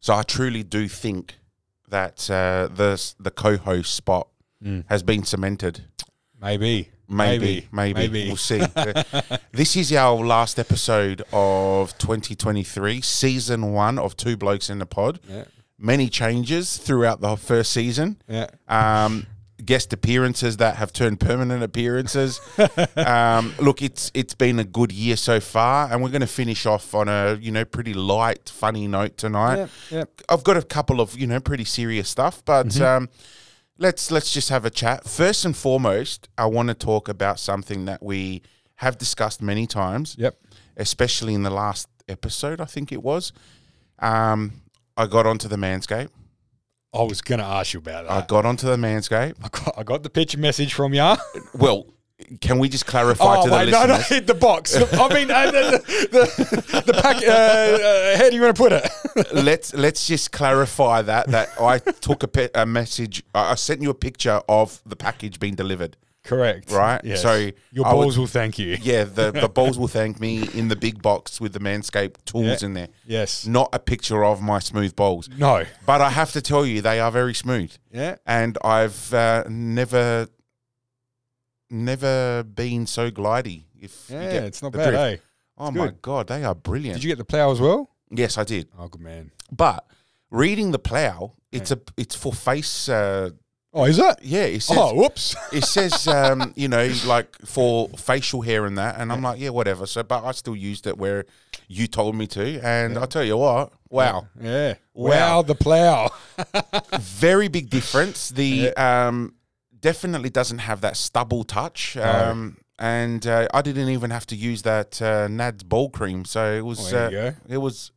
So I truly do think that uh, the the co-host spot has been cemented. Mm. Maybe. Maybe, maybe, we'll see. Uh, this is our last episode of 2023, season one of Two Blokes in the Pod. Yeah. Many changes throughout the first season. Yeah. Um, guest appearances that have turned permanent appearances. um, look, it's it's been a good year so far, and we're going to finish off on a you know pretty light, funny note tonight. Yep, yep. I've got a couple of you know pretty serious stuff, but um, let's let's just have a chat. First and foremost, I want to talk about something that we have discussed many times, Yep. especially in the last episode. I think it was. Um, I got onto the Manscaped. I was going to ask you about I that. got onto the Manscaped. I got, I got the picture message from you. Well, can we just clarify to the no, no, listeners? hit the box. I mean, uh, the, the, the, the pack, uh, uh, how do you want to put it? let's let's just clarify that that I took a, pe- a message. I I sent you a picture of the package being delivered. Correct. Right, Yes. so Your I would- balls will thank you. Yeah, the the balls will thank me in the big box with the Manscaped tools Yeah. in there. Yes. Not a picture of my smooth balls. No. But I have to tell you, they are very smooth. Yeah. And I've uh, never, never been so glidey. If you Yeah, get it's not the bad, drift. eh? Oh my good. god, they are brilliant. Did you get the plow as well? yes, I did. Oh, good man. But reading the plow, it's a it's for face. Uh, Oh, is it? yeah, it says Oh, whoops. it says um, you know like for facial hair and that, and I'm like, yeah, whatever. So, but I still used it where you told me to, and I tell you what, wow, Yeah. Wow, Wow. the plow. very big difference. The um, definitely doesn't have that stubble touch. Um, And uh, I didn't even have to use that uh, Nad's ball cream, so it was There uh, you go. it was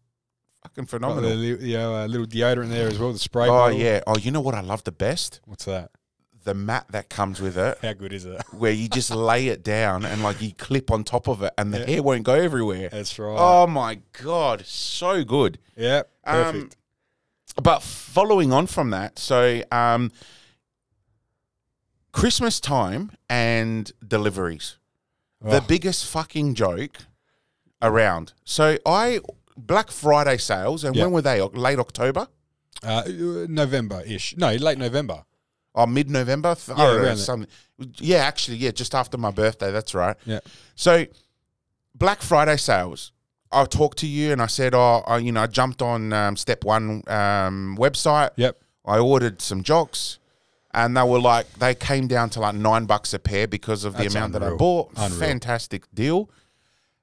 fucking Got the phenomenal. little, you know, uh, little deodorant there as well, the spray. Oh bottle. yeah. Oh, you know what I love the best? What's that? The mat that comes with it, How good is it? where you just lay it down and like you clip on top of it, and the hair won't go everywhere. That's right. Oh my god, so good. yeah. Um, Perfect. But following on from that, so um, Christmas time and deliveries, the Oh. biggest fucking joke around. So I Black Friday sales, and Yeah. when were they? Oc- Late October uh, November ish. No, late November. or mid November? Oh, Th- Yeah, I don't know, around that. something. Yeah, actually, yeah, just after my birthday. That's right. Yeah. So Black Friday sales. I talked to you and I said, oh, I, you know, I jumped on um, Step One um, website. Yep. I ordered some jocks, and they were like they came down to like nine bucks a pair because of the That's amount that I unreal. bought. Unreal. Fantastic deal.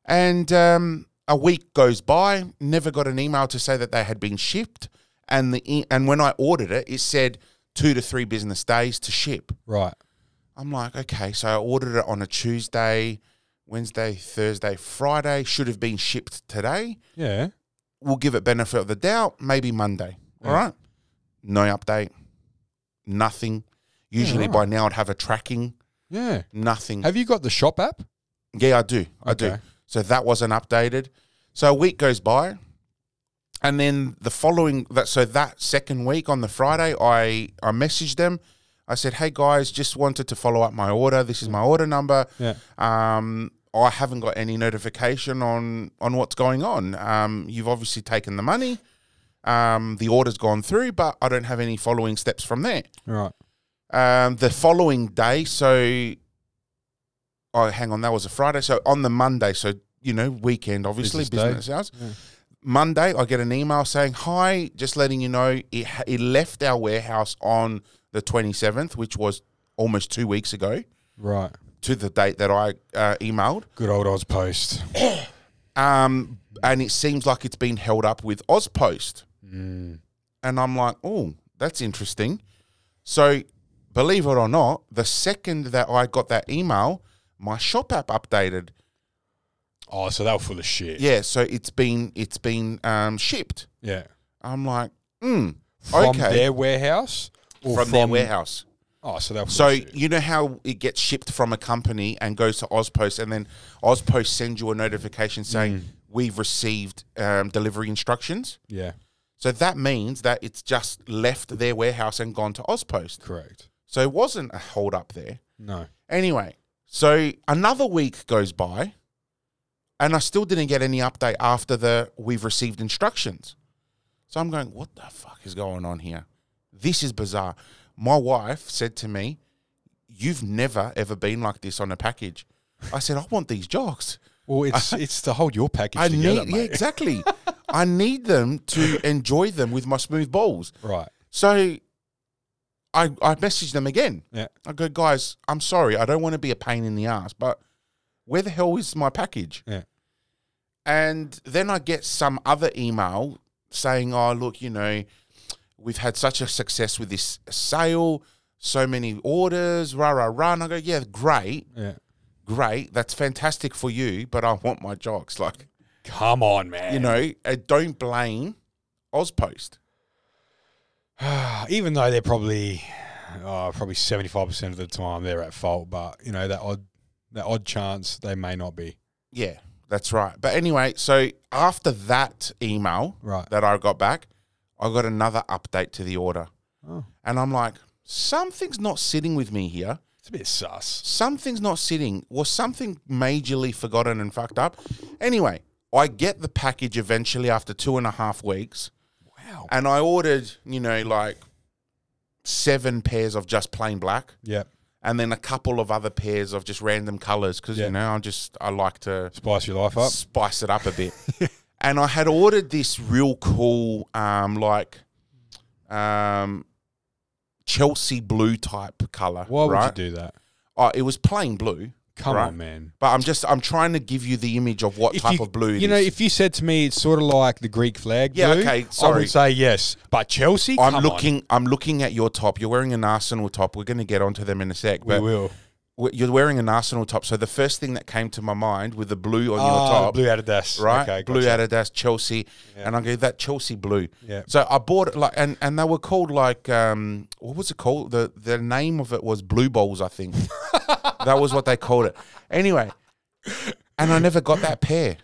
And um, a week goes by, never got an email to say that they had been shipped. And the e- and when I ordered it, it said two to three business days to ship. Right. I'm like, okay, so I ordered it on a Tuesday, Wednesday, Thursday, Friday. Should have been shipped today Yeah. we'll give it benefit of the doubt, maybe Monday. All Yeah. right. No update. Nothing. Usually by now I'd have a tracking. Yeah. Nothing. Have you got the shop app? yeah, I do. I do. Okay. So that wasn't updated. So a week goes by. And then the following that so that second week on the Friday, I I messaged them. I said, "Hey guys, just wanted to follow up my order. This is my order number. Yeah. Um, I haven't got any notification on on what's going on. Um, you've obviously taken the money. Um, the order's gone through, but I don't have any following steps from there. Right. Um, the following day, so oh, hang on, that was a Friday. So on the Monday, so you know, weekend, obviously Business day. business, hours. Monday, I get an email saying, "Hi, just letting you know it, ha- it left our warehouse on the twenty seventh, which was almost two weeks ago." Right. To the date that I uh, emailed, Good old Oz Post. um, and it seems like it's been held up with Ozpost. Mm. And I'm like, oh, that's interesting. So, believe it or not, the second that I got that email, my shop app updated. Oh, so they were full of shit. Yeah, so it's been it's been um, shipped. Yeah. I'm like, hmm, From okay, their warehouse? Or from their warehouse. Oh, so they were full So of shit. you know how it gets shipped from a company and goes to Ozpost, and then Ozpost sends you a notification Mm. saying we've received um, delivery instructions. Yeah. So that means that it's just left their warehouse and gone to Ozpost. Correct. So it wasn't a hold up there. No. Anyway, so another week goes by and I still didn't get any update after the we've received instructions. So I'm going, what the fuck is going on here? This is bizarre. My wife said to me, You've never ever been like this on a package. I said, I want these jocks. Well, it's it's to hold your package I together, need, yeah, mate. exactly. I need them to enjoy them with my smooth balls. Right. So I I messaged them again. Yeah. I go, guys, I'm sorry. I don't want to be a pain in the ass, but where the hell is my package? Yeah. And then I get some other email saying, oh, look, you know, we've had such a success with this sale, so many orders, rah, rah, rah. And I go, yeah, great, Yeah. great. That's fantastic for you, but I want my jocks. Like, Come on, man. you know, uh, don't blame Ozpost. even though they're probably oh, probably seventy five percent of the time they're at fault, but you know that odd that odd chance they may not be. Yeah, that's right. But anyway, so after that email Right. that I got back, I got another update to the order. Oh. And I'm like, something's not sitting with me here. It's a bit sus. Something's not sitting. Was something majorly forgotten and fucked up? Anyway, I get the package eventually after two and a half weeks. Wow. And I ordered, you know, like seven pairs of just plain black Yeah. and then a couple of other pairs of just random colors because, Yeah. you know, I just, I like to Spice your life up. spice it up a bit. and I had ordered this real cool, um, like, um, Chelsea blue type color. Why would right? you do that? Oh, it was plain blue, Come Right. on, man. but I'm just I'm trying to give you the image of what type you, of blue it is. you know, if you said to me it's sort of like the Greek flag, Yeah, blue, okay, I sorry. would say yes. But Chelsea, I'm Come looking, I'm looking at your top. You're wearing an Arsenal top. We're going to get onto them in a sec. on. we But will. w- you're wearing an Arsenal top. So the first thing that came to my mind with the blue on your Ah, top, blue Adidas, right? Okay, blue gotcha. Adidas, Chelsea, and I go that Chelsea blue. Yeah. So I bought it like, and and they were called like, um, what was it called? The the name of it was Blue Balls, I think. that was what they called it. Anyway, and I never got that pair.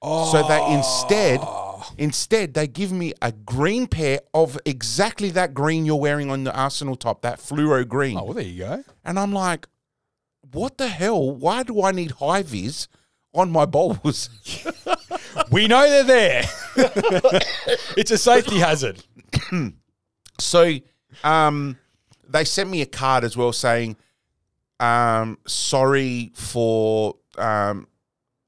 Oh, So they instead, instead they give me a green pair of exactly that green you're wearing on the Arsenal top, that fluoro green, oh, well, there you go. and I'm like, what the hell? Why do I need high vis on my balls? We know they're there. it's a safety hazard. So, um, they sent me a card as well saying, um, sorry for um,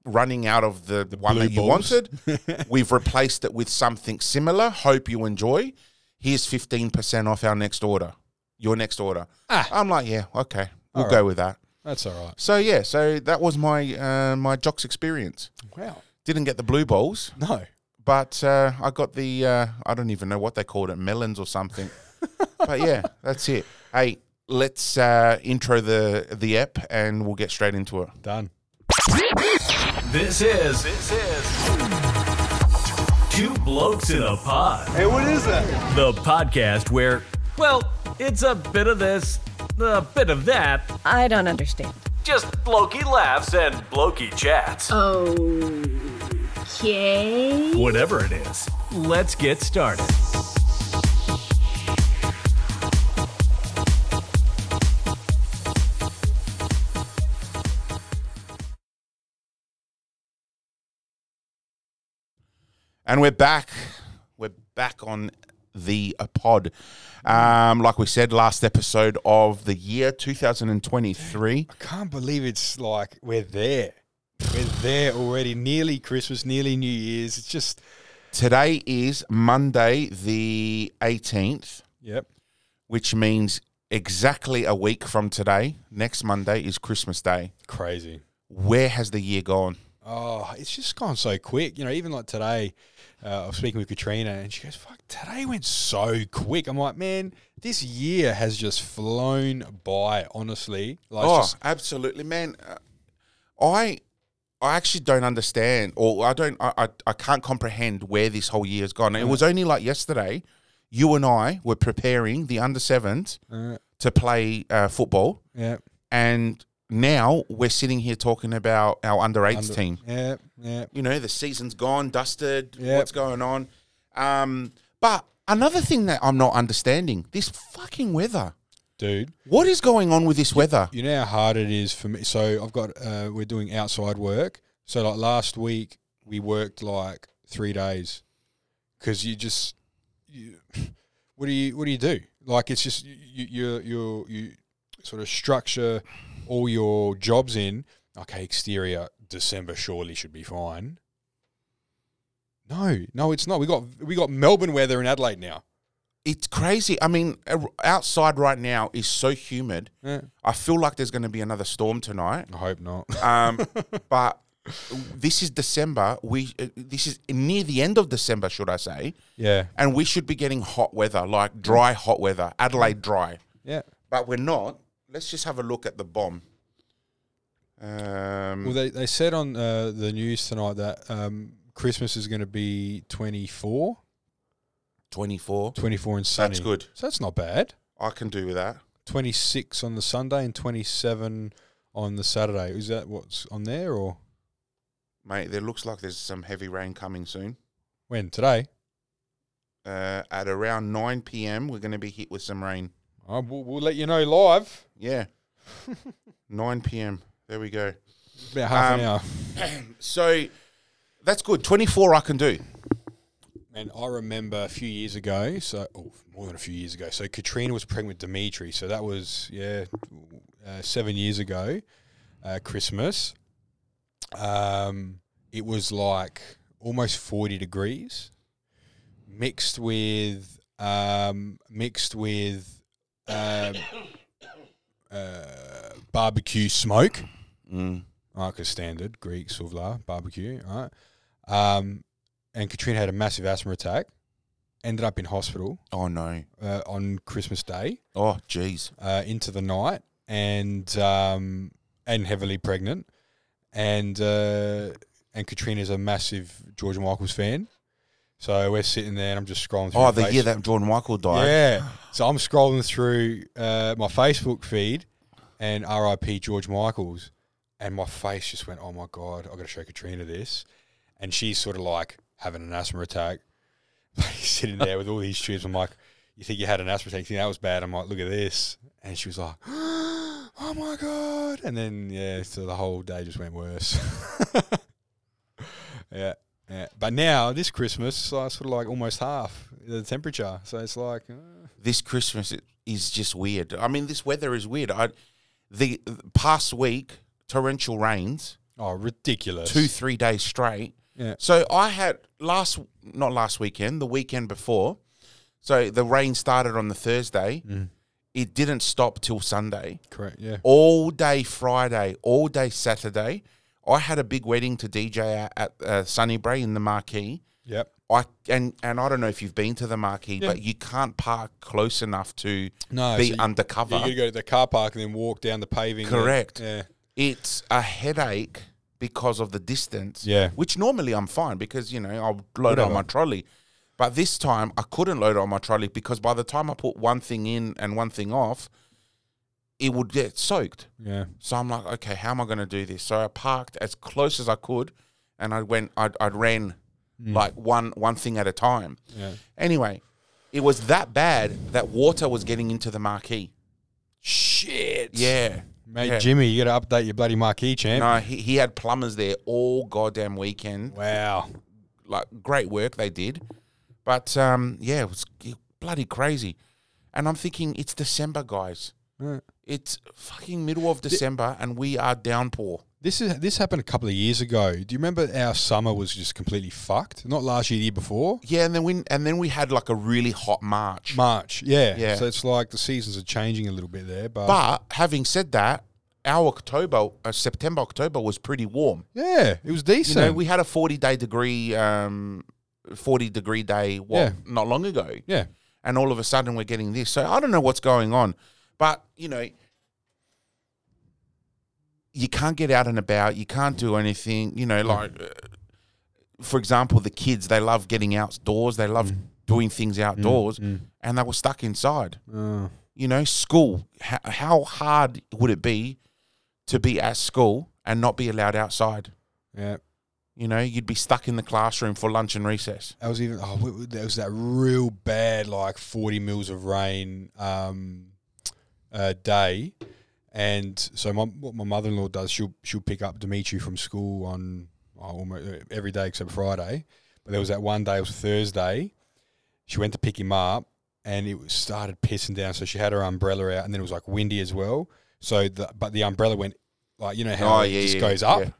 running out of the, one blue that you balls. wanted. We've replaced it with something similar. Hope you enjoy. Here's 15% off our next order, your next order. Ah. I'm like, yeah, okay, we'll All go with that. That's all right. So, yeah, so that was my uh, my jocks experience. Wow. Didn't get the blue balls, No. but uh, I got the uh, I don't even know what they called it, melons or something. but yeah, that's it. Hey, let's uh, intro the the app and we'll get straight into it. Done. This is this is Two Blokes in a Pod. Hey, what is that? The podcast where, well, it's a bit of this, a bit of that, I don't understand. just blokey laughs and blokey chats. Okay. Whatever it is, let's get started. And we're back. We're back on the uh, pod. Um, like we said, last episode of the year 2023. Can't believe it's like we're there. We're there already. Nearly Christmas, nearly New Year's. It's just. Today is Monday, the 18th, Yep. which means exactly a week from today. Next Monday is Christmas Day. Crazy. Where has the year gone? Oh, it's just gone so quick. You know, even like today, uh, I was speaking with Katrina and she goes, fuck, today went so quick. I'm like, man, this year has just flown by, honestly. Like, it's Oh, just- absolutely, man. Uh, I I actually don't understand, or I don't, I, I, I can't comprehend where this whole year has gone. It was only like yesterday, you and I were preparing the under sevens Uh. to play uh, football, yeah. and now we're sitting here talking about our under eights team. Yeah. Yeah. You know, the season's gone, dusted. Yep. What's going on? Um, but another thing that I'm not understanding this fucking weather. Dude. What is going on with this weather? You know how hard it is for me. So I've got uh, we're doing outside work. So like last week we worked like three days because you just you, what do you what do you do? Like it's just you you you you sort of structure all your jobs in. Okay, exterior December surely should be fine. No, no, it's not. We got we got Melbourne weather in Adelaide now. It's crazy. I mean, ar- outside right now is so humid. Yeah. I feel like there's going to be another storm tonight. I hope not. Um, but this is December. We uh, this is near the end of December, should I say? yeah, And we should be getting hot weather, like dry hot weather, Adelaide dry. yeah. But we're not. Let's just have a look at the bomb. Um, Well, they, they said on uh, the news tonight that um, Christmas is going to be 24, 24. 24 and sunny. That's good. So that's not bad. I can do with that. 26 on the Sunday and 27 on the Saturday. Is that what's on there or Mate, there looks like there's some heavy rain coming soon. when? Today? Uh, at around 9 p.m., we're going to be hit with some rain. Uh, we'll, we'll let you know live. Yeah. 9 p.m. There we go. About half an Um, hour. So that's good. 24 I can do. And I remember a few years ago, so oh, more than a few years ago. So Katrina was pregnant with Dimitri. So that was, yeah, uh, seven years ago, uh, Christmas. Um, it was like almost 40 degrees mixed with, um, mixed with, um, uh, barbecue smoke. Like a standard Greek souvla barbecue, right? Um, and Katrina had a massive asthma attack, ended up in hospital Oh, no. uh, on Christmas Day Oh, jeez. uh, into the night, and um, and heavily pregnant, and uh, and Katrina's a massive George Michael's fan, so we're sitting there and I'm just scrolling. Through Oh, her the face- year that Jordan Michael died. yeah. So I'm scrolling through uh, my Facebook feed and RIP George Michaels, and my face just went, oh my God, i got to show Katrina this. And she's sort of like having an asthma attack. sitting there with all these tubes. I'm like, you think you had an asthma attack? You think that was bad? I'm like, look at this. And she was like, oh my God. And then, yeah, so the whole day just went worse. yeah. Yeah. But now this Christmas, so it's sort of like almost half the temperature. So it's like, uh, This Christmas i- is just weird. I mean, this weather is weird. I, the past week, torrential rains, oh, ridiculous. two, three days straight. Yeah. So I had last, not last weekend, the weekend before. So the rain started on the Thursday. It didn't stop till Sunday. Correct. Yeah. All day Friday, all day Saturday. I had a big wedding to DJ at, at uh, Sunnybury in the Marquee. Yep. I and and I don't know if you've been to the Marquee, Yeah. but you can't park close enough to No, be so you- undercover. You got to go to the car park and then walk down the paving. Correct. Yeah. it's a headache because of the distance. Yeah. Which normally I'm fine because, you know, I'll load Whatever. on my trolley. But this time I couldn't load on my trolley because by the time I put one thing in and one thing off, it would get soaked. Yeah. So I'm like, okay, how am I going to do this? So I parked as close as I could and I went, I, I ran like one, one thing at a time. Yeah. Anyway, it was that bad that water was getting into the marquee. Shit. Yeah. Mate, Yeah. Jimmy, you got to update your bloody marquee, champ. No, he, he had plumbers there all goddamn weekend. Wow. like great work they did, but um, yeah, it was g- bloody crazy. And I'm thinking it's December, guys. Right. It's fucking middle of December, and we are downpour. This is this happened a couple of years ago. Do you remember our summer was just completely fucked? Not last year, the year before. Yeah, and then we and then we had like a really hot March. March. Yeah. Yeah. So it's like the seasons are changing a little bit there, but, But having said that, our October, uh, September, October was pretty warm. yeah, it was You decent. know, we had a 40 day degree, um, 40 degree day, what Yeah. not long ago. yeah. and all of a sudden we're getting this. So I don't know what's going on, but you know, you can't get out and about. You can't do anything. You know, like uh, for example, the kids they love getting outdoors. They love doing things outdoors, and they were stuck inside. Oh. You know, school. How, how hard would it be to be at school and not be allowed outside? yeah. You know, you'd be stuck in the classroom for lunch and recess. That was even oh, w- w- there was that real bad like forty mils of rain um, a day, and so my what my mother in law does she'll she'll pick up Dimitri from school oh, on almost every day except Friday, but there was that one day it was Thursday, She went to pick him up, and it was, started pissing down. So she had her umbrella out, and then it was like windy as well. So, the, but the umbrella went like you know Oh, how it yeah, just yeah, goes up. yeah.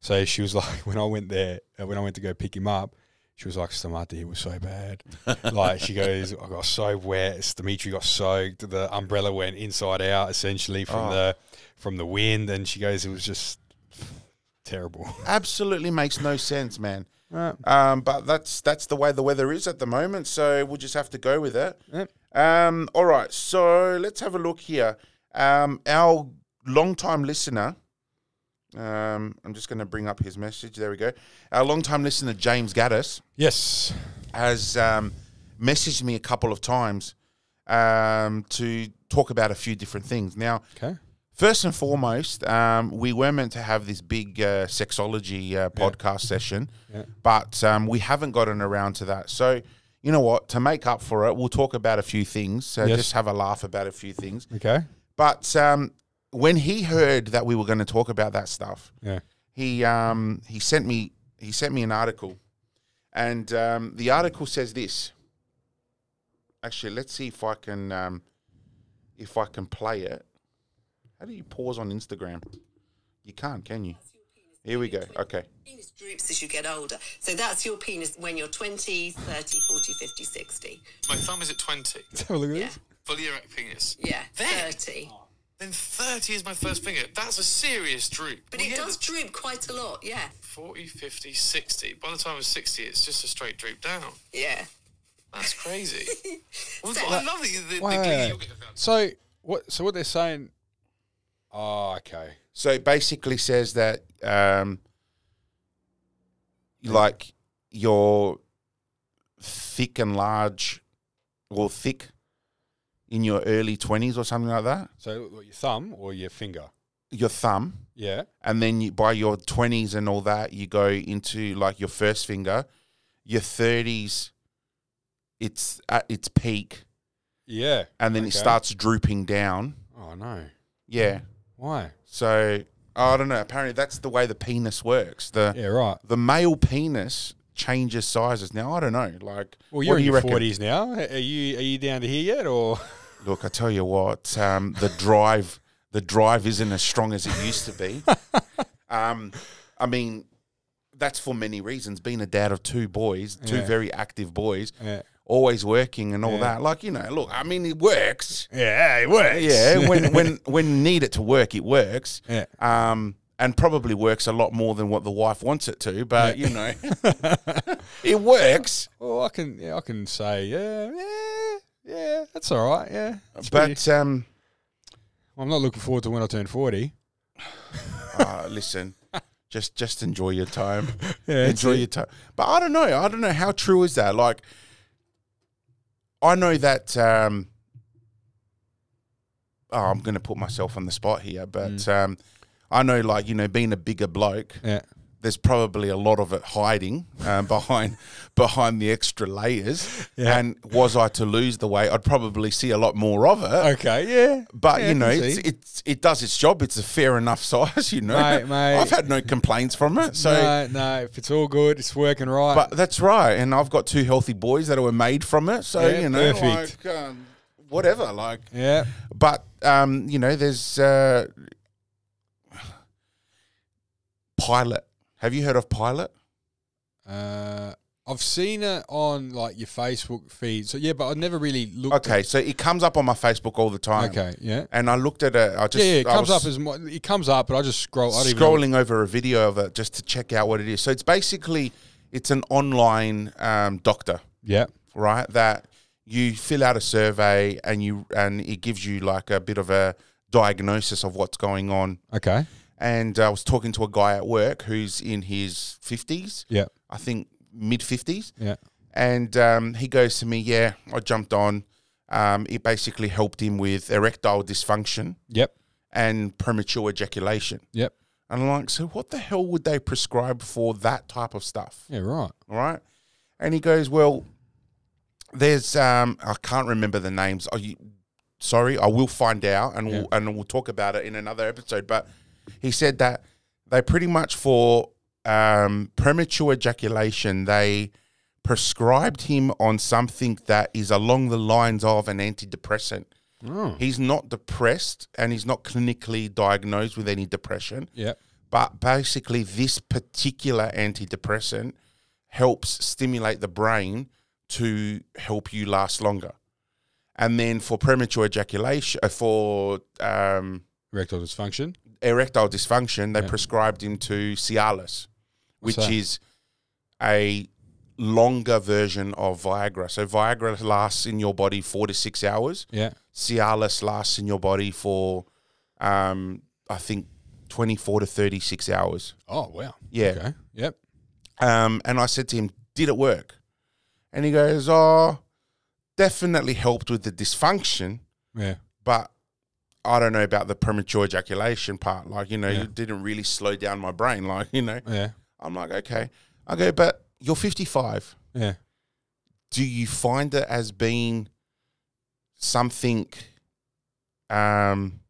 So she was like, when I went there, uh, when I went to go pick him up. She was like, Stamati, it was so bad. like, she goes, I got so wet. Dimitri got soaked. The umbrella went inside out, essentially, from Oh. the from the wind. And she goes, it was just terrible. Absolutely makes no sense, man. Right. Um, but that's that's the way the weather is at the moment, so we'll just have to go with it. Yep. Um, all right, so let's have a look here. Um, our long-time listener, um, I'm just going to bring up his message. There we go. Our long-time listener James Gaddis Yes. has um, messaged me a couple of times um, to talk about a few different things. Now, Okay. First and foremost, um, we were meant to have this big uh, sexology uh, podcast session, Yeah. but um, we haven't gotten around to that. So, you know what? To make up for it, we'll talk about a few things. Uh, Yes. Just have a laugh about a few things. Okay. But um, when he heard that we were going to talk about that stuff, Yeah. he um, he sent me he sent me an article, and um, the article says this. Actually, let's see if I can um, if I can play it. How do you pause on Instagram? You can't, can you? Here we go. Okay. penis droops as you get older. So that's your penis when you're 20, 30, 40, 50, 60. My thumb is at 20. Let's have a look at Yeah. this. Fully erect penis. Yeah, Oh, Then? 30. Then 30 is my first finger. That's a serious droop. But We it hear does that droop quite a lot, yeah. 40, 50, 60. By the time I'm 60, it's just a straight droop down. Yeah. That's crazy. well, So- I love the, the, Wait, the glee wait, you're wait. getting about So what? So what they're saying? Oh, okay. So it basically says that um, like you're thick and large, or thick in your early twenties or something like that. So what, your thumb or your finger? Your thumb. Yeah. and then you, by your 20s and all that you go into like your first finger your 30s it's at its peak Yeah. and then it Okay. Mm. starts drooping down Oh no. yeah Why? so i don't know apparently that's the way the penis works the Yeah. Right. the male penis changes sizes now i don't know like Well, what do you're in you your reckon forties now. Are you are you down to here yet? Or look i tell you what um, the drive the drive isn't as strong as it used to be um, i mean that's for many reasons being a dad of two boys two Yeah. very active boys yeah, always working and all Yeah. that like you know look i mean it works yeah, it works. yeah when when when you need it to work it works Yeah. um and probably works a lot more than what the wife wants it to but you know it works well, I can yeah, I can say yeah, yeah, yeah. That's all right. Yeah. It's pretty- but um I'm not looking forward to when I turn forty. uh, listen, just just enjoy your time. enjoy Yeah, that's it. your time. But I don't know. I don't know how true is that. Like, I know that. Um, oh, I'm going to put myself on the spot here, but um, I know, like you know, being a bigger bloke, Mm. Yeah. there's probably a lot of it hiding um, behind behind the extra layers. Yeah. And was I to lose the weight, I'd probably see a lot more of it. Okay. Yeah. But Yeah, I you know, can it's, see. it's it does its job. It's a fair enough size, you know. Mate, mate. I've had no complaints from it. So, no, no. If it's all good, it's working right. but that's right. And I've got two healthy boys that were made from it. So Yeah, you know, perfect. like um, whatever, like. yeah. But um, you know, there's uh, pilot. Have you heard of pilot? Uh, I've seen it on like your Facebook feed. So yeah, but I never really looked. Okay, so it comes up on my Facebook all the time. At, okay. Yeah. And I looked at it. I just yeah, yeah, it I comes was- up as mo- it comes up, but I just scroll. I don't even know- scrolling over a video of it just to check out what it is. So it's basically it's an online um, doctor, Yeah. right? That you fill out a survey and you and it gives you like a bit of a diagnosis of what's going on. Okay. And I was talking to a guy at work who's in his fifties, Yeah. I think mid fifties, Yeah. and um, he goes to me, "Yeah, I jumped on." Um, it basically helped him with erectile dysfunction Yep. and premature ejaculation. Yep. And I'm like, so what the hell would they prescribe for that type of stuff? Yeah. Right. All right. And he goes, well, there's, um, I can't remember the names. Are you, sorry, I will find out and, we'll, and we'll talk about it in another episode. But he said that they pretty much for um, premature ejaculation, they prescribed him on something that is along the lines of an antidepressant. He's not depressed and he's not clinically diagnosed with any depression. Yep. But basically, this particular antidepressant helps stimulate the brain to help you last longer. And then for premature ejaculation, uh, for um, Erectile dysfunction. erectile dysfunction, they prescribed him to Cialis, which that? is a longer version of Viagra. So Viagra lasts in your body four to six hours. Yeah. Cialis lasts in your body for, um, I think, twenty-four to thirty-six hours. Oh wow. Yeah. Okay. Yep. Um, and I said to him, "Did it work?" And he goes, "Oh, definitely helped with the dysfunction, Yeah. but." I don't know about the premature ejaculation part. Like, you know, Yeah. it didn't really slow down my brain. Like, you know, Yeah. I'm like, okay. I go, but you're 55. Yeah. Do you find it as being something, um,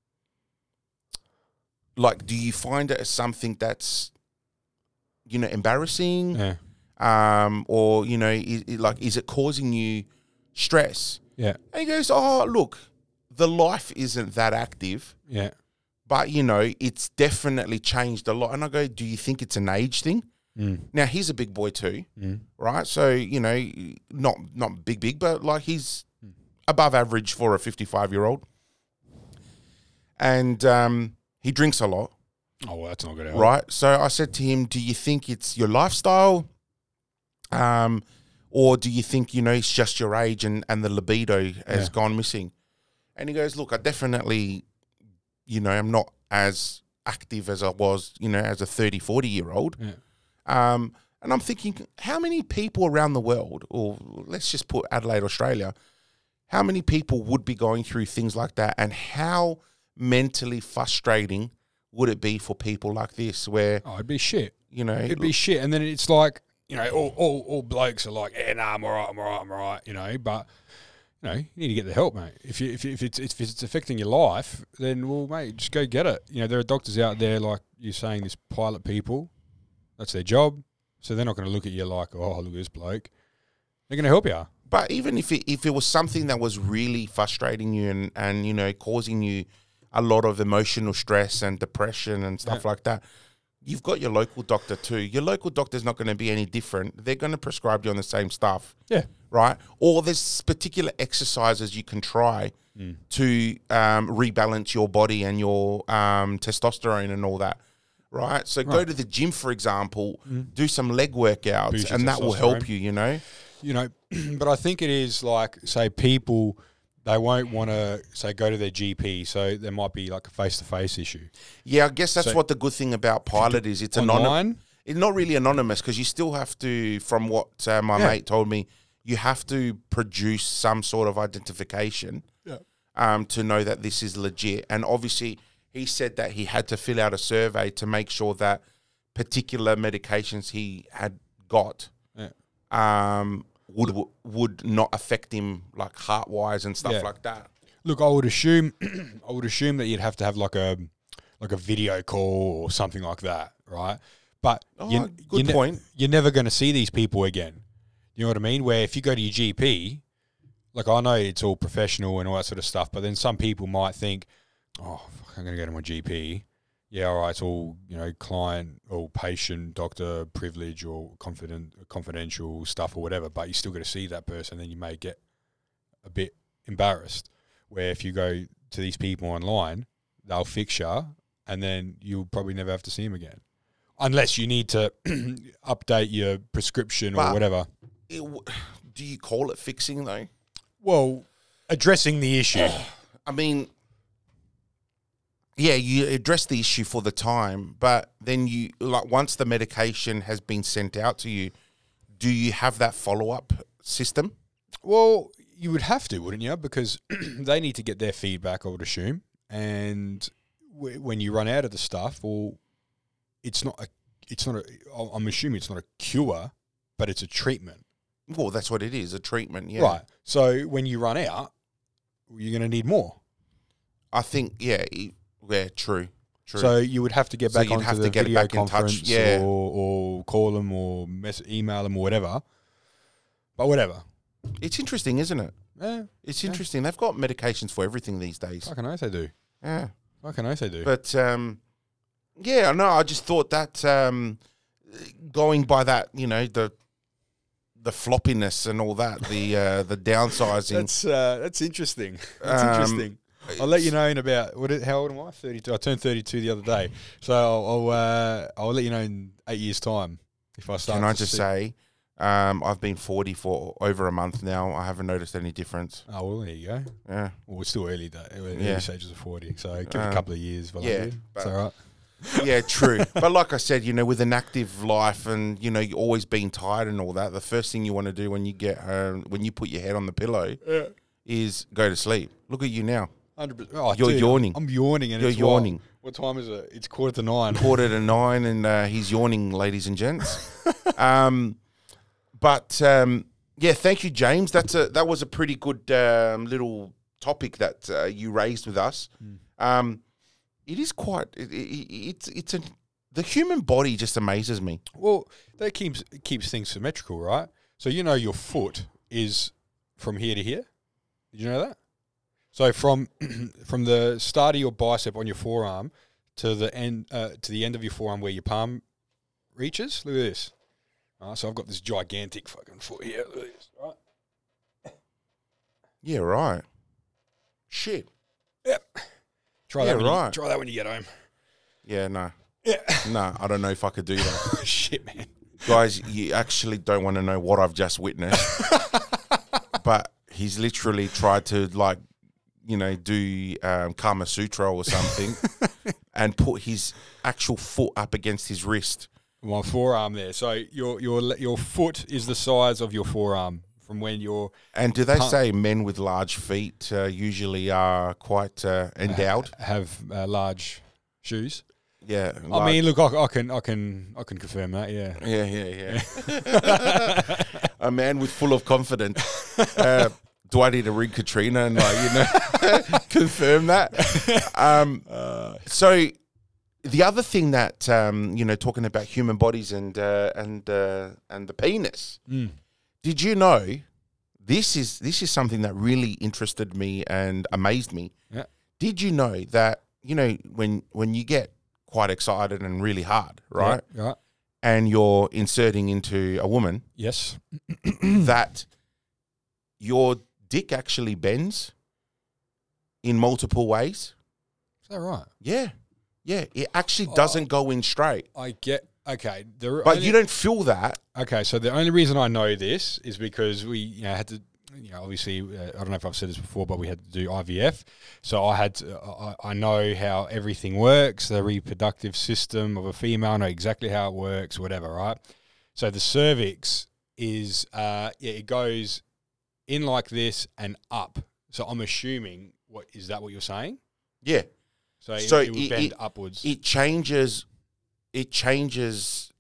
like, do you find it as something that's, you know, embarrassing, Yeah. um, or you know, i i- like, is it causing you stress? Yeah. And he goes, oh, look, the life isn't that active, Yeah. but you know, it's definitely changed a lot. And I go, do you think it's an age thing? Mm. Now he's a big boy too, Mm. right? So you know, not not big big, but like he's Mm. above average for a fifty five year old, and um, he drinks a lot, Oh well, that's not good. right? So I said to him, "Do you think it's your lifestyle, um, or do you think you know it's just your age and and the libido has Yeah. gone missing?" And he goes, "Look, I definitely, you know, I'm not as active as I was, you know, as a 30, 40 year old." Yeah. Um, and I'm thinking, how many people around the world, or let's just put Adelaide, Australia, how many people would be going through things like that? And how mentally frustrating would it be for people like this, where, Oh, it'd be shit. you know, It'd be shit. And then it's like, you know, all, all, all blokes are like, yeah, nah, I'm all right, I'm all right, I'm all right, you know, but, you know, you need to get the help, mate. If, you, if, you- if, it's, if it's affecting your life, then, well, mate, just go get it. You know, there are doctors out there, like you're saying, this pilot people, that's their job. So they're not going to look at you like, oh, look at this bloke. They're going to help you. but even if it, if it was something that was really frustrating you and, and, you know, causing you a lot of emotional stress and depression and stuff like that, you've got your local doctor too. Your local doctor's not going to be any different. They're going to prescribe you on the same stuff. Yeah. right? Or there's particular exercises you can try Hmm. to um, rebalance your body and your um, testosterone and all that, right? So go to the gym, for example, do some leg workouts, Hmm. Boost your and that will help testosterone. you, you know? you know, but I think it is like say people they won't want to say go to their GP, so there might be like a face to face issue. Yeah, I guess that's So- what the good thing about Pilot is. It's anonymous. Online? It's not really anonymous because you still have to, from what uh, my mate told me, you have to produce some sort of identification um, to know that this is legit. And obviously, he said that he had to fill out a survey to make sure that particular medications he had got Yeah. um, would would not affect him like heart wise and stuff Yeah. like that. Look, I would assume I would assume that you'd have to have like a like a video call or something like that, right? But Oh, good ne- point. you're never going to see these people again. You know what I mean? Where if you go to your GP, like I know it's all professional and all that sort of stuff, but then some people might think, oh, fuck, I'm going to go to my GP. Yeah, all right, it's all you know, client or patient, doctor privilege or confident, confidential stuff or whatever. But you still got to see that person, then you may get a bit embarrassed. Where if you go to these people online, they'll fix you, and then you'll probably never have to see them again, unless you need to update your prescription But- or whatever. It w- do you call it fixing though? Well, addressing the issue. I mean, yeah, you address the issue for the time, but then you like once the medication has been sent out to you, do you have that follow up system? Well, you would have to, wouldn't you? Because they need to get their feedback, I would assume. And w- when you run out of the stuff, well, it's not a, it's not a. I'm- I'm assuming it's not a cure, but it's a treatment, Well, that's what it is—a treatment, yeah. right? So when you run out, you're going to need more. I think, yeah, it, yeah, true, true. So you would have to get So back you'd onto have to the get video back in touch, conference yeah. or, or call them or mess, email them or whatever. But whatever. It's interesting, isn't it? Yeah, It's interesting. They've got medications for everything these days. fucking oath they do. Yeah. Fucking oath they do. But um, yeah, no, I just thought that um, going by that, you know, the the floppiness and all that, the uh, the downsizing. That's uh, that's interesting. That's Um, interesting. I'll let you know in about what? Is, how old am I? Thirty-two. I turned thirty-two the other day, so I'll I'll, uh, I'll let you know in eight years' time if I start. Can I to just see- say, um, I've been forty for over a month now. I haven't noticed any difference. Oh well, there you go. Yeah, Well, it's still early day, early Yeah. Uh, stages of forty, so give it a couple of years. But yeah, yeah, but- it's all right. yeah, true. but like I said, you know, with an active life and you know, you always being tired and all that, the first thing you want to do when you get home, when you put your head on the pillow, is go to sleep. Look at you now, 100%. Oh, You're dude, yawning. I'm yawning, and You're it's what- yawning. What, time is it? It's quarter to nine. quarter to nine, and uh, he's yawning, ladies and gents. um, but um, yeah, thank you, James. That's a that was a pretty good um, little topic that uh, you raised with us. Um, it is quite. It, it, it's it's a the human body just amazes me. Well, that keeps keeps things symmetrical, right? So you know your foot is from here to here. Did you know that? So from from the start of your bicep on your forearm to the end uh, to the end of your forearm where your palm reaches. Look at this. Alright, so I've got this gigantic fucking foot here. Look at this. Right? Yeah, right. Shit. Try Yeah, that. When You, right. try that when you get home. Yeah, no, Yeah. Oh, no. I don't know if I could do that, Shit, man. guys. You actually don't want to know what I've just witnessed. but he's literally tried to like, you know, do um, Kama Sutra or something, and put his actual foot up against his wrist. my forearm there. So your your le- your foot is the size of your forearm from when you're And do they say men with large feet uh, usually are quite uh, endowed? have uh, large shoes. Yeah, I large- mean, look, I, I can I can I can confirm that. Yeah. Yeah, yeah, yeah. a man with full of confidence. Uh, do I need to ring Katrina and like you know confirm that? Um, so the other thing that um, you know, talking about human bodies and uh, and uh, and the penis. Did you know this is this is something that really interested me and amazed me? Yeah. Did you know that you know when when you get quite excited and really hard, right? Yeah, right. and you're inserting into a woman Yes. that your dick actually bends in multiple ways. Is that right? Yeah. Yeah. It actually doesn't go in straight. I get. Okay. The But only- you don't feel that. Okay. So the only reason I know this is because we you know had to. You know, obviously, uh, I don't know if I've said this before, but we had to do IVF. So I had to, I, I I know how everything works, the reproductive system of a female, I know exactly how it works, whatever, right? So the cervix is, uh, yeah, it goes in like this and up. So I'm assuming, what is that what you're saying? Yeah. So, So it, it would it- bend it- upwards. It changes. It changes.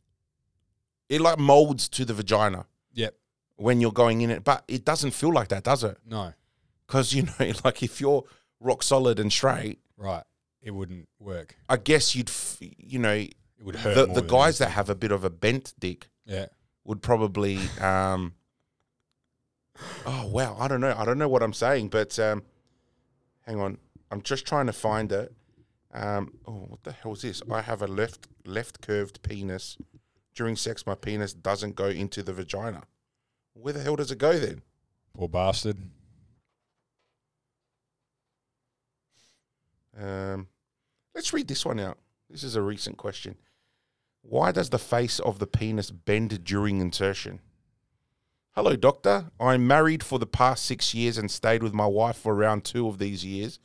It like molds to the vagina yep. when you're going in it, but it doesn't feel like that, does it? No. Because, you know, like if you're rock solid and straight, Right. It wouldn't work. I guess you'd, f- you know, It would hurt. the, more the than- guys that have a bit of a bent dick Yeah. would probably um oh wow i don't know i don't know what i'm saying but um hang on i'm just trying to find it um oh what the hell is this i have a left left curved penis during sex my penis doesn't go into the vagina where the hell does it go then Poor bastard. um let's read this one out this is a recent question why does the face of the penis bend during insertion Hello, doctor. I'm married for the past six years and stayed with my wife for around two of these years.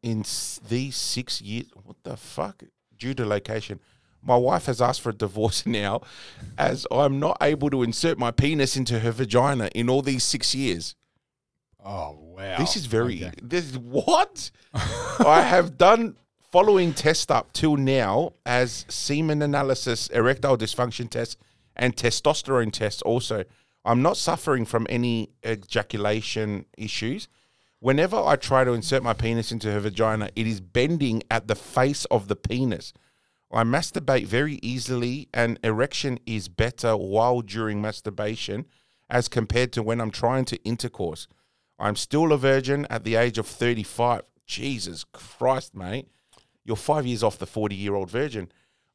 In s- these six years, what the fuck? Due to location, my wife has asked for a divorce now as I'm not able to insert my penis into her vagina in all these six years. Oh wow! This is very. e-, Okay. This is what I have done. Following test up till now as semen analysis, erectile dysfunction test, and testosterone test. Also, I'm not suffering from any ejaculation issues. Whenever I try to insert my penis into her vagina, it is bending at the face of the penis. I masturbate very easily, and erection is better while during masturbation as compared to when I'm trying to intercourse. I'm still a virgin at the age of 35. Jesus Christ, mate. You're five years off the 40 year old virgin.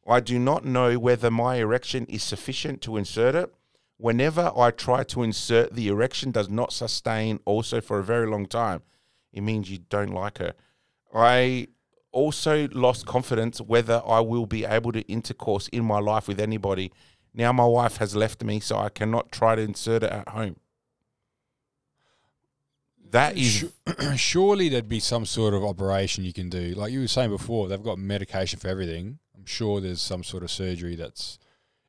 I do not know whether my erection is sufficient to insert it. Whenever I try to insert, the erection does not sustain also for a very long time. It means you don't like her. I also lost confidence whether I will be able to intercourse in my life with anybody. Now my wife has left me, so I cannot try to insert it at home. That is Su- Surely there'd be some sort of operation you can do. Like you were saying before, they've got medication for everything. I'm sure there's some sort of surgery that's.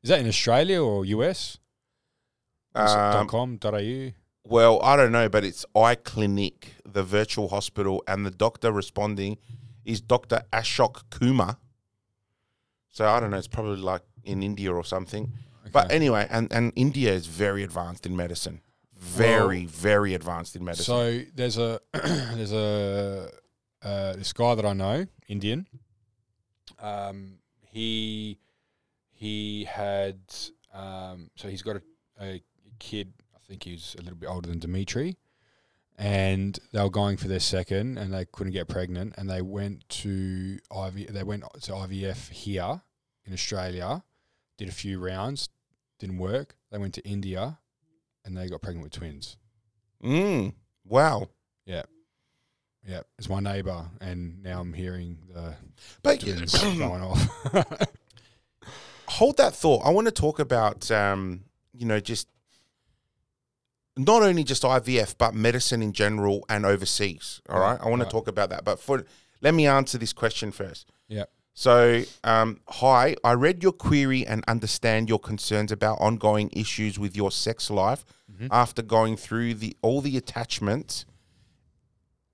Is that in Australia or US? um, .com, .au? Well, I don't know, but it's Eye Clinic, the virtual hospital, and the doctor responding is Dr. Ashok Kumar. So I don't know, it's probably like in India or something. But Okay. anyway, and, and India is very advanced in medicine. Very, very advanced in medicine. So there's a there's a uh, this guy that I know, Indian. Um, he he had um, so he's got a, a kid. I think he's a little bit older than Dimitri, and they were going for their second, and they couldn't get pregnant, and they went to IV. They went to IVF here in Australia, did a few rounds, didn't work. They went to India, and they got pregnant with twins. mm, wow. Yeah. Yeah. It's my neighbor. And now I'm hearing the But twins going off. hold that thought. I want to talk about, um, you know, just not only just IVF, but medicine in general and overseas. All right. I want to Right. talk about that. But for let me answer this question first. yeah. So, um, hi, I read your query and understand your concerns about ongoing issues with your sex life after going through the all the attachments.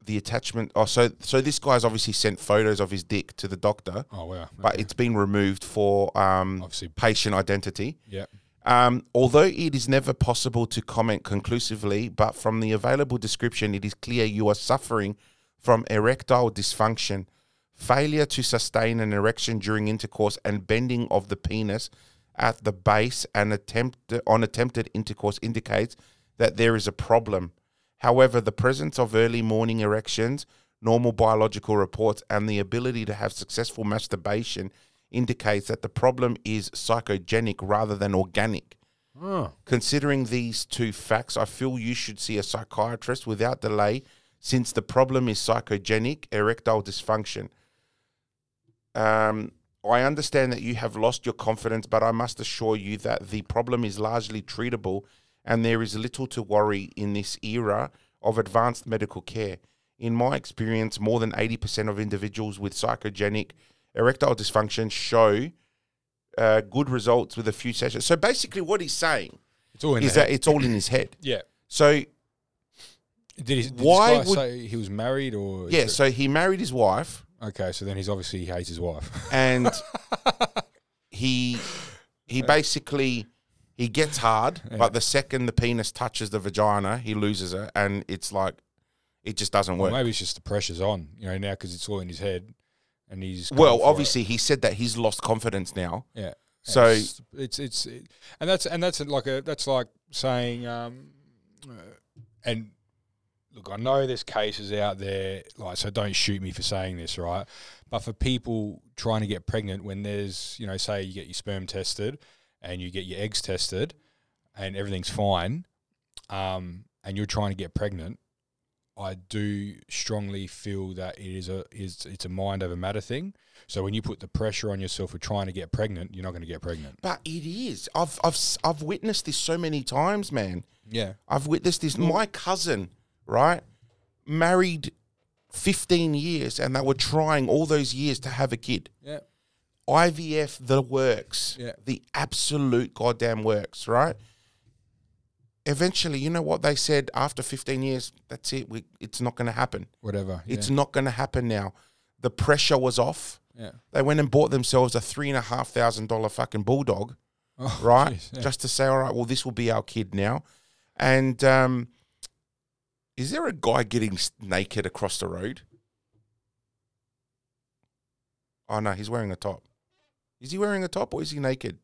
The attachment. Oh, so so this guy's obviously sent photos of his dick to the doctor Oh, wow. but it's been removed for um, Obviously. patient identity. yeah. Um, although it is never possible to comment conclusively, but from the available description, it is clear you are suffering from erectile dysfunction, failure to sustain an erection during intercourse, and bending of the penis at the base and attempt on attempted intercourse indicates that there is a problem. However, the presence of early morning erections, normal biological reports, and the ability to have successful masturbation indicates that the problem is psychogenic rather than organic. Oh. Considering these two facts, I feel you should see a psychiatrist without delay since the problem is psychogenic erectile dysfunction. Um, I understand that you have lost your confidence, but I must assure you that the problem is largely treatable and there is little to worry in this era of advanced medical care. In my experience, more than 80% of individuals with psychogenic erectile dysfunction show uh, good results with a few sessions. So basically, what he's saying It's all in is the head. that it's all in his head. Yeah. So Did, he, did Why this guy would- say he was married or? is yeah, it- so he married his wife okay. So then he's obviously he hates his wife. and he he basically he gets hard, but the second the penis touches the vagina, he loses it and it's like it just doesn't Or work. maybe it's just the pressure's on, you know, now because it's all in his head and he's. going well, for it. obviously he said that he's lost confidence now. Yeah. So- it's it's, it's it, and that's and that's like a that's like saying um, uh, and look, I know there's cases out there like so don't shoot me for saying this, right? But for people trying to get pregnant when there's, you know, say you get your sperm tested and you get your eggs tested and everything's fine um, and you're trying to get pregnant, I do strongly feel that it is a is it's a mind over matter thing. So when you put the pressure on yourself for trying to get pregnant, you're not going to get pregnant. But it is. I've I've s- I've witnessed this so many times, man. Yeah. I've witnessed this. Mm. My cousin, right, married 15 years and they were trying all those years to have a kid. Yeah. IVF, the works, Yeah. the absolute goddamn works, right? Eventually, you know what they said after 15 years? That's it. We, it's not going to happen. Whatever. It's not going to happen now. The pressure was off. yeah. They went and bought themselves a three and a half thousand dollar fucking bulldog Oh, right? jeez, yeah. Just to say, all right, well, this will be our kid now. And um, is there a guy getting s- naked across the road? Oh no, he's wearing a top. Is he wearing a top or is he naked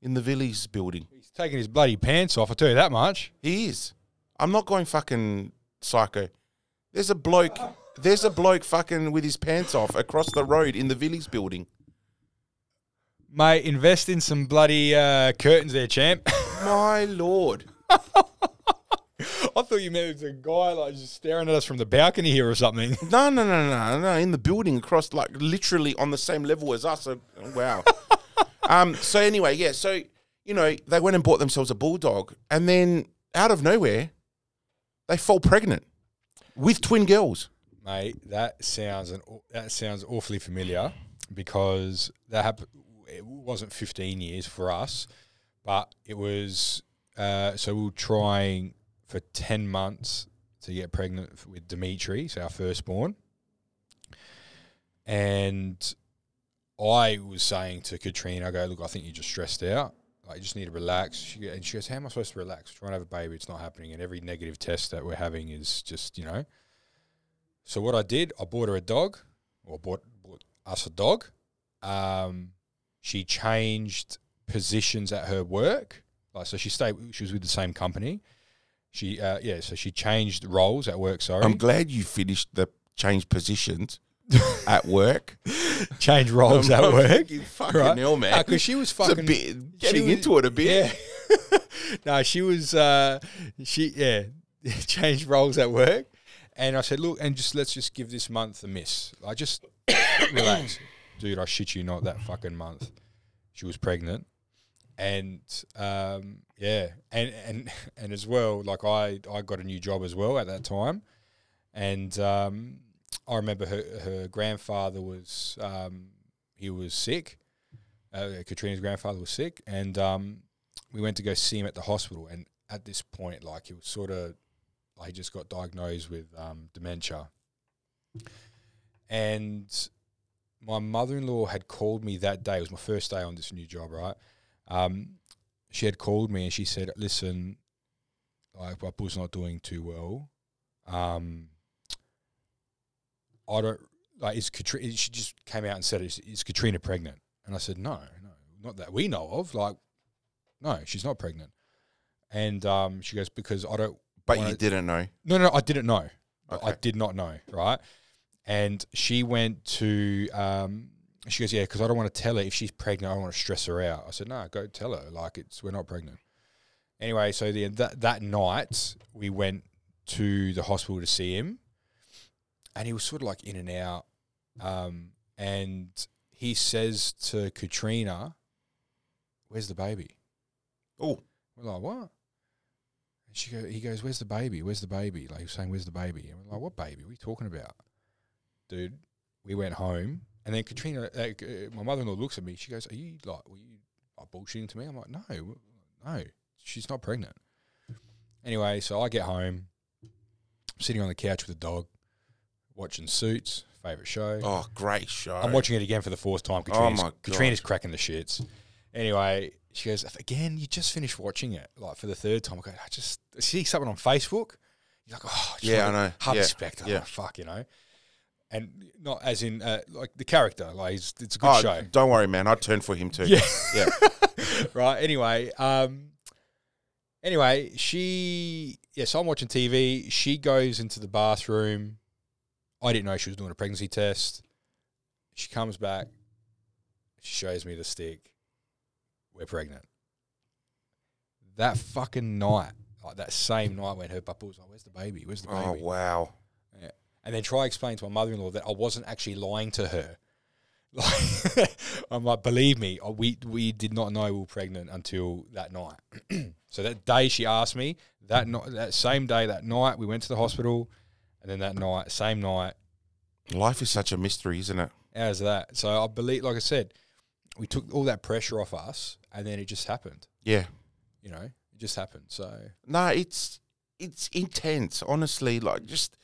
in the Villies building? He's taking his bloody pants off. I tell you that much. He is. I'm not going fucking psycho. There's a bloke. There's a bloke fucking with his pants off across the road in the Villies building. Mate, invest in some bloody uh, curtains there, champ. My lord. I thought you meant it's a guy like just staring at us from the balcony here or something. No, no, no, no, no. In the building across, like literally on the same level as us. Uh, wow. um. So anyway, yeah. So you know they went and bought themselves a bulldog, and then out of nowhere, they fall pregnant with twin girls. Mate, that sounds an aw- that sounds awfully familiar because that happened. It wasn't 15 years for us, but it was. Uh, so we were trying for 10 months to get pregnant f- with Dimitri, so our firstborn, and I was saying to Katrina, I go, look, I think you're just stressed out. Like, you just need to relax. She, go- and she goes, how am I supposed to relax? We're trying to have a baby. It's not happening. And every negative test that we're having is just, you know. So what I did, I bought her a dog, or bought, bought us a dog. Um, she changed positions at her work. Like, so she stayed, she was with the same company. She, uh, yeah, so she changed roles at work, sorry. I'm glad you finished the change positions at work. change roles I'm like, at work. "You fucking hell, man." Because she was It's a fucking bit- getting she was- into it a bit. Yeah. no, she was. Uh, she yeah, changed roles at work, and I said, look, and just let's just give this month a miss. I just relax, dude. I shit you not, that fucking month, she was pregnant, and um, yeah, and and and as well, like I I got a new job as well at that time, and um, I remember her her grandfather was um, he was sick. Uh, Katrina's grandfather was sick, and um, we went to go see him at the hospital. And at this point, like he was sort of, like, he just got diagnosed with um, dementia. And my mother-in-law had called me that day. It was my first day on this new job, right? Um, she had called me and she said, "Listen, like my bull's not doing too well. Um, I don't like. Is Katrina? She just came out and said, is, is Katrina pregnant?" And I said, "No, no, not that we know of. Like, no, she's not pregnant." And um, she goes, "Because I don't." But wanna- you didn't know. no, no, I didn't know. I- I Okay. did not know, right? And she went to, um, she goes, yeah, because I don't want to tell her if she's pregnant. I don't want to stress her out. I said, no, go tell her. Like it's we're not pregnant. Anyway, so the, that that night we went to the hospital to see him, and he was sort of like in and out. Um, and he says to Katrina, "Where's the baby?" Oh, We're like, what? And she go, he goes, where's the baby? Where's the baby? Like he was saying, where's the baby? And we're like, what baby? What are you talking about? Dude, we went home. And then Katrina, uh, uh, my mother-in-law looks at me. She goes, are you like, were you like, bullshitting to me? I'm like, no, no, she's not pregnant. Anyway, so I get home, sitting on the couch with the dog, watching Suits, favorite show. oh, great show. I'm watching it again for the fourth time. Katrina's, Oh my God. Katrina's cracking the shits. Anyway, she goes, again, you just finished watching it, like for the third time. I go, I just I see something on Facebook. You're like, oh, I just Yeah, wanna- I know. Harvey Yeah, Specter, yeah. like, fuck, you know. And not as in, uh, like the character, like it's, it's a good Oh, show don't worry, man. I turned for him too. Yeah. yeah. right. Anyway, um, anyway, she yeah. So I'm watching TV. She goes into the bathroom. I didn't know she was doing a pregnancy test. She comes back. She shows me the stick. We're pregnant. That fucking night, like that same night when her papa was like, "Where's the baby? Where's the baby?" Oh wow. Yeah. And then try explain to my mother in law that I wasn't actually lying to her. Like, I'm like, believe me, uh, we we did not know we were pregnant until that night. so that day she asked me that night, that same day, that night we went to the hospital, and then that night, same night, Life is such a mystery, isn't it? how's that? So I believe, like I said, we took all that pressure off us, and then it just happened. Yeah. You know, it just happened. So No, it's it's intense, honestly. Like just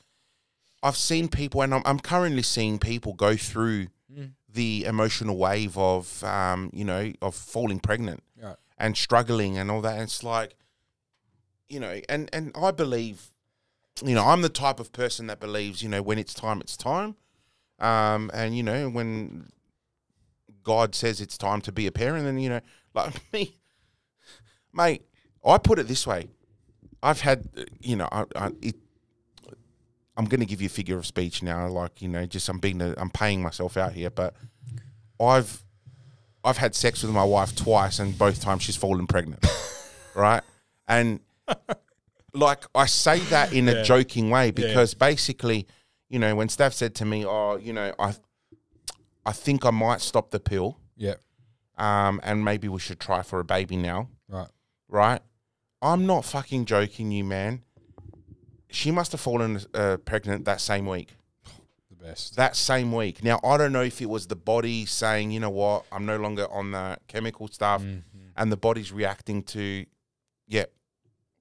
I've seen people and I'm I'm currently seeing people go through the emotional wave of um, you know, of falling pregnant Right. and struggling and all that. And it's like, you know, and and I believe, you know, I'm the type of person that believes, you know, when it's time, it's time. Um, and you know, when God says it's time to be a parent, and you know, like me, mate, I put it this way: I've had, uh, you know, I, I it, I'm going to give you a figure of speech now, like you know, just I'm being, a, I'm paying myself out here, but I've, I've had sex with my wife twice, and both times she's fallen pregnant, right? And like I say that in a joking way because basically, you know, when Steph said to me, "Oh, you know, I, I think I might stop the pill, Yeah. um, and maybe we should try for a baby now," Right. right? I'm not fucking joking, you man. She must have fallen uh, pregnant that same week. The best. That same week. Now I don't know if it was the body saying, you know what, I'm no longer on the chemical stuff, Mm-hmm. and the body's reacting to, yeah,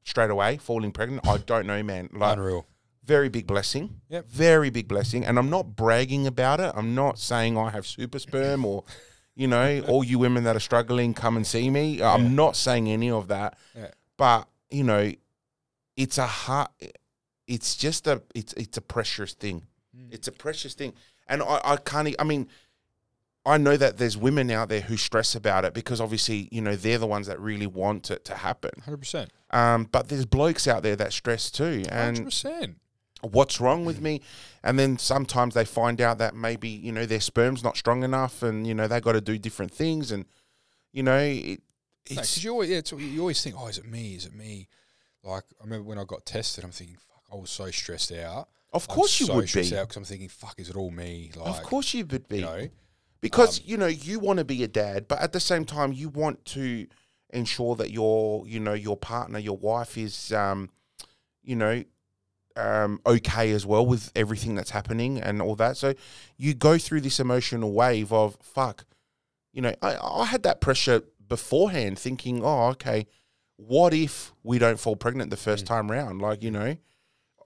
straight away falling pregnant. I don't know, man. Like, Unreal. very big blessing. Yep. Very big blessing. And I'm not bragging about it. I'm not saying I have super sperm or, you know, all you women that are struggling, come and see me. I'm not saying any of that. Yeah. But, you know, it's a hard, it's just a, it's, it's a precious thing. Hmm. It's a precious thing. And I, I can't, e- I mean, I know that there's women out there who stress about it because obviously, you know, they're the ones that really want it to happen. 100%. Um, but there's blokes out there that stress too. And 100%. what's wrong with me and then sometimes they find out that maybe you know their sperm's not strong enough and you know they got to do different things and you know it, Because it's you always, yeah, it's, you always think, oh, is it me? Is it me? Like, I remember when I got tested, I'm thinking, fuck, I was so stressed out. Of course I'm you would be. stressed out because I'm thinking, fuck, is it all me? Like, of course you would be you know, because you know you want to be a dad but at the same time you want to ensure that your you know your partner your wife is um you know um okay as well with everything that's happening and all that so you go through this emotional wave of fuck you know i i had that pressure beforehand thinking oh okay what if we don't fall pregnant the first time round like you know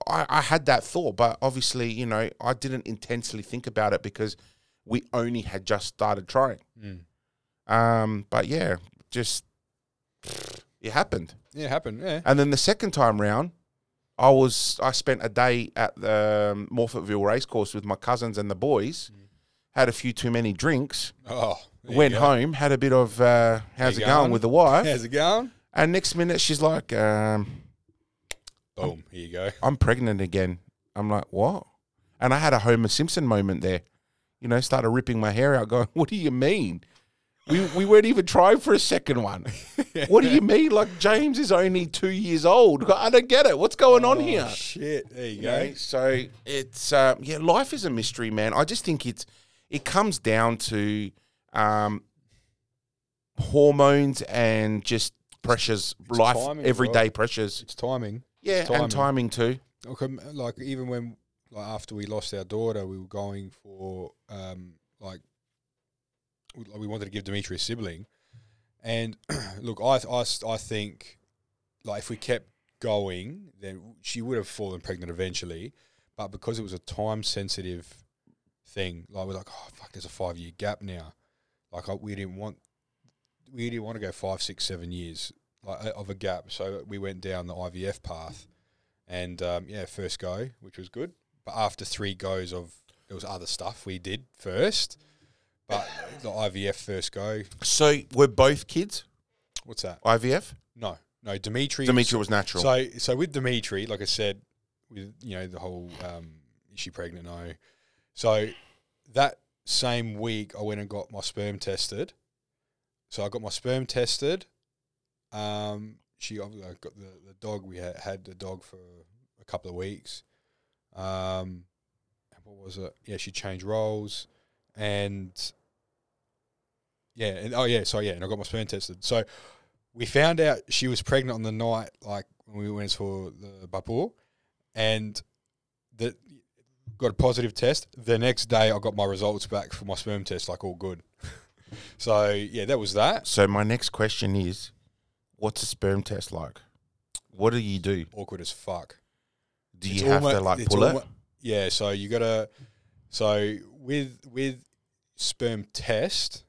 I, I had that thought, but obviously, you know, I didn't intensely think about it because we only had just started trying. Um, but yeah, just it happened. yeah, it happened. Yeah. And then the second time round, I was I spent a day at the um, Morfettville racecourse with my cousins and the boys. Had a few too many drinks. Oh, Mm. there you went go. home, had a bit of uh, how's it You going? with the wife, How's it going? and next minute she's like, um, Boom. Here you go. I'm pregnant again. I'm like, what? And I had a Homer Simpson moment there. You know, started ripping my hair out, going, what do you mean? We, we weren't even trying for a second one. What do you mean? Like, James is only two years old. I don't get it. What's going on here? Oh, Shit. There you You know, go. so it's uh, yeah, life is a mystery, man. I just think it's it comes down to um, hormones and just pressures, life, timing, everyday right? pressures. It's timing. Yeah, and timing too. like, um, like even when like after we lost our daughter, we were going for um, like we, like, we wanted to give Dimitri a sibling, and look, I, I s- I think like if we kept going, then she would have fallen pregnant eventually, but because it was a time sensitive thing, like we're like, oh fuck, there's a five year gap now, like I, we didn't want we didn't want to go five, six, seven years like of a gap, so we went down the IVF path and um, yeah, first go, which was good. But after three goes of there was other stuff we did first, but the IVF first go. So we're both kids. What's that? IVF? No, no, Dimitri. Demetria was natural. So, so with Dimitri, like I said, with you know the whole um, is she pregnant? No. So that same week, I went and got my sperm tested. So I got my sperm tested. Um, she obviously I got the, the dog. We had, had the dog for a couple of weeks. Um, and what was it? Yeah, she changed roles, and yeah, and oh yeah, so yeah, and I got my sperm tested. So we found out she was pregnant on the night like when we went for the Bapur and the got a positive test. The next day I got my results back for my sperm test, like all good. so yeah, that was that. So my next question is, what's a sperm test like? What do you do? Awkward as fuck. Do you It's have to almo- like it's pull it? almo- Yeah, so you gotta so with with sperm test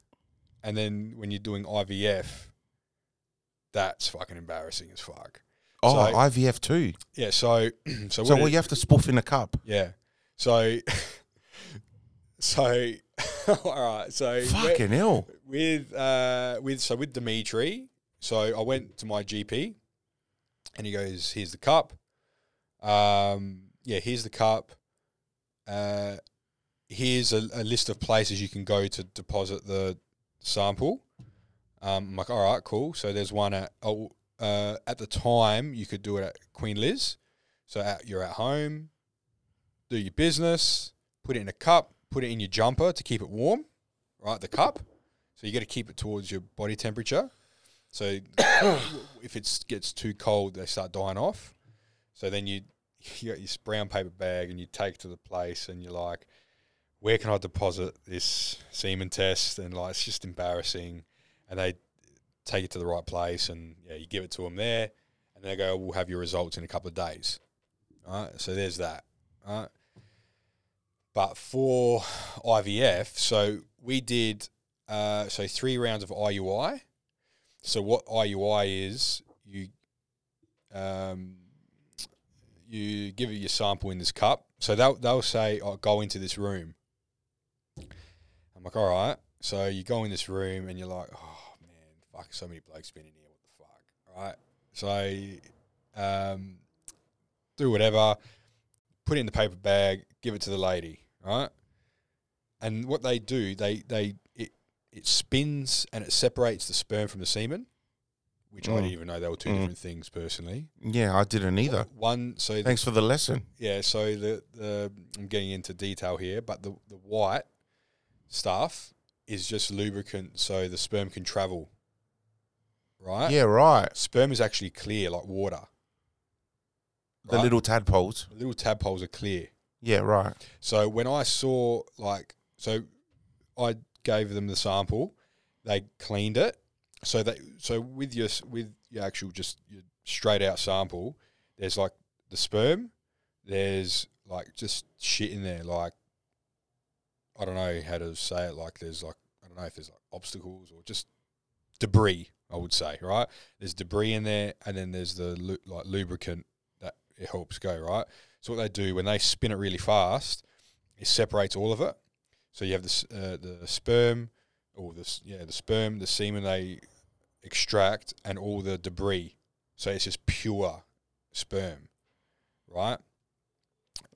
and then when you're doing IVF, that's fucking embarrassing as fuck. Oh, so- IVF too. Yeah, so so, So what well, it- you have to spoof in a cup. Yeah. So, So, all right. So we- Fucking hell. with uh with so with Dimitri, so I went to my GP and he goes, Here's the cup. Um yeah, here's the cup. Uh here's a, a list of places you can go to deposit the sample. Um I'm like, all right, cool. So there's one at oh, uh at the time you could do it at Queen Liz. So at, you're at home, do your business, put it in a cup, put it in your jumper to keep it warm, right? The cup. So you got to keep it towards your body temperature. So if it gets too cold, they start dying off. So then you you got your brown paper bag and you take to the place and you're like, where can I deposit this semen test? And like it's just embarrassing. And they take it to the right place and yeah, you give it to them there, and they go, we'll have your results in a couple of days. All right, so there's that. All right. But for IVF, so we did uh, so three rounds of IUI. So what IUI is, you um, you give it your sample in this cup. So they'll they'll say, oh, go into this room. I'm like, all right. So you go in this room and you're like, oh man, fuck, so many blokes been in here. What the fuck? All right. So um, do whatever, put it in the paper bag, give it to the lady. Right. And what they do, they they it it spins and it separates the sperm from the semen, which I Mm. didn't even know they were two Mm. different things personally. Yeah, I didn't either. One, so the- Thanks for the lesson. yeah, so the, the I'm getting into detail here, but the, the white stuff is just lubricant so the sperm can travel. Right? Yeah, right. Sperm is actually clear like water. The Right? little tadpoles. little tadpoles are clear. Yeah, right. So when I saw like so I gave them the sample, they cleaned it. So they so with your s- with your actual just your straight out sample, there's like the sperm, there's like just shit in there like I don't know how to say it like there's like I don't know if there's like obstacles or just debris, I would say, right? There's debris in there and then there's the lu- like lubricant that it helps go, right? So what they do when they spin it really fast, it separates all of it. So you have the s- uh, the sperm, or the s- yeah the sperm, the semen they extract, and all the debris. So it's just pure sperm, right?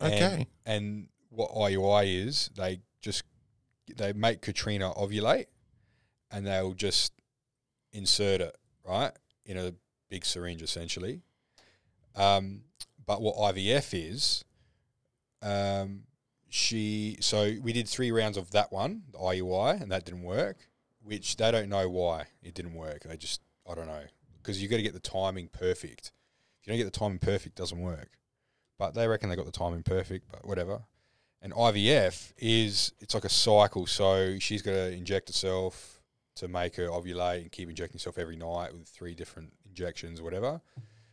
And- Okay. And, what IUI is, they just they make Katrina ovulate, and they'll just insert it right in a big syringe, essentially. Um, but what IVF is, um, she so we did three rounds of that one, the IUI, and that didn't work. Which they don't know why it didn't work. They just I don't know because you got to get the timing perfect. If you don't get the timing perfect, it doesn't work. But they reckon they got the timing perfect, but whatever. And IVF is it's like a cycle. So she's got to inject herself to make her ovulate and keep injecting herself every night with three different injections, or whatever.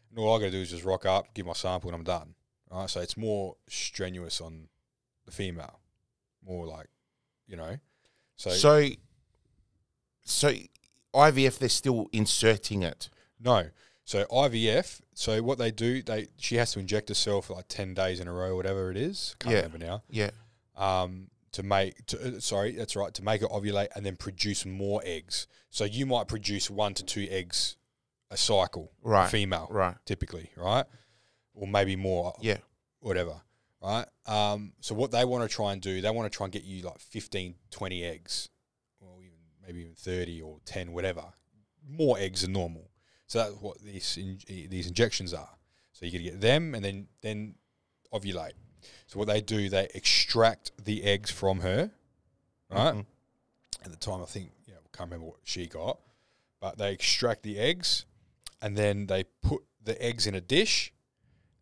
And all I got to do is just rock up, give my sample, and I'm done. All right, so it's more strenuous on the female, more like, you know. So, So, so IVF, they're still inserting it. no, so IVF. So what they do, they she has to inject herself like ten days in a row, whatever it is. Can't Yeah. remember now. Yeah. um, to make to, uh, sorry that's right to make it ovulate and then produce more eggs so you might produce one to two eggs a cycle Right, female right. typically right or maybe more Yeah. whatever right um, so what they want to try and do they want to try and get you like 15 20 eggs or even maybe even 30 or 10 whatever more eggs than normal so that's what these in, these injections are so you got to get them and then then ovulate so what they do, they extract the eggs from her, right? At the time, I think yeah, I can't remember what she got, but they extract the eggs, and then they put the eggs in a dish,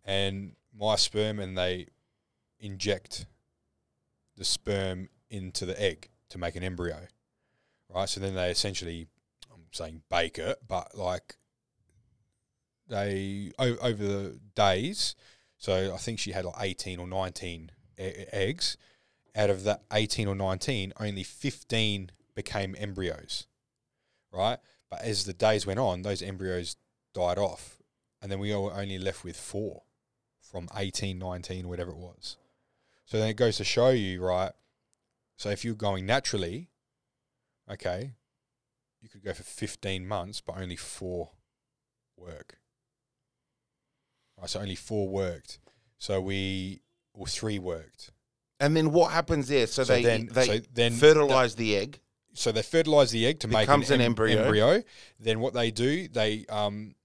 and my sperm, and they inject the sperm into the egg to make an embryo, right? So then they essentially, I'm saying bake it, but like they o- over the days so I think she had like 18 or 19 e- eggs. Out of that 18 or 19, only 15 became embryos, right? But as the days went on, those embryos died off. And then we were only left with four from 18, 19, whatever it was. So then it goes to show you, right? So if you're going naturally, okay, you could go for 15 months, but only four work. Right, so only four worked. So we, or three worked. And then what happens there? So, So they then- they so then fertilize the egg. so they fertilize the egg to make Becomes an em- embryo. Then what they do, they um,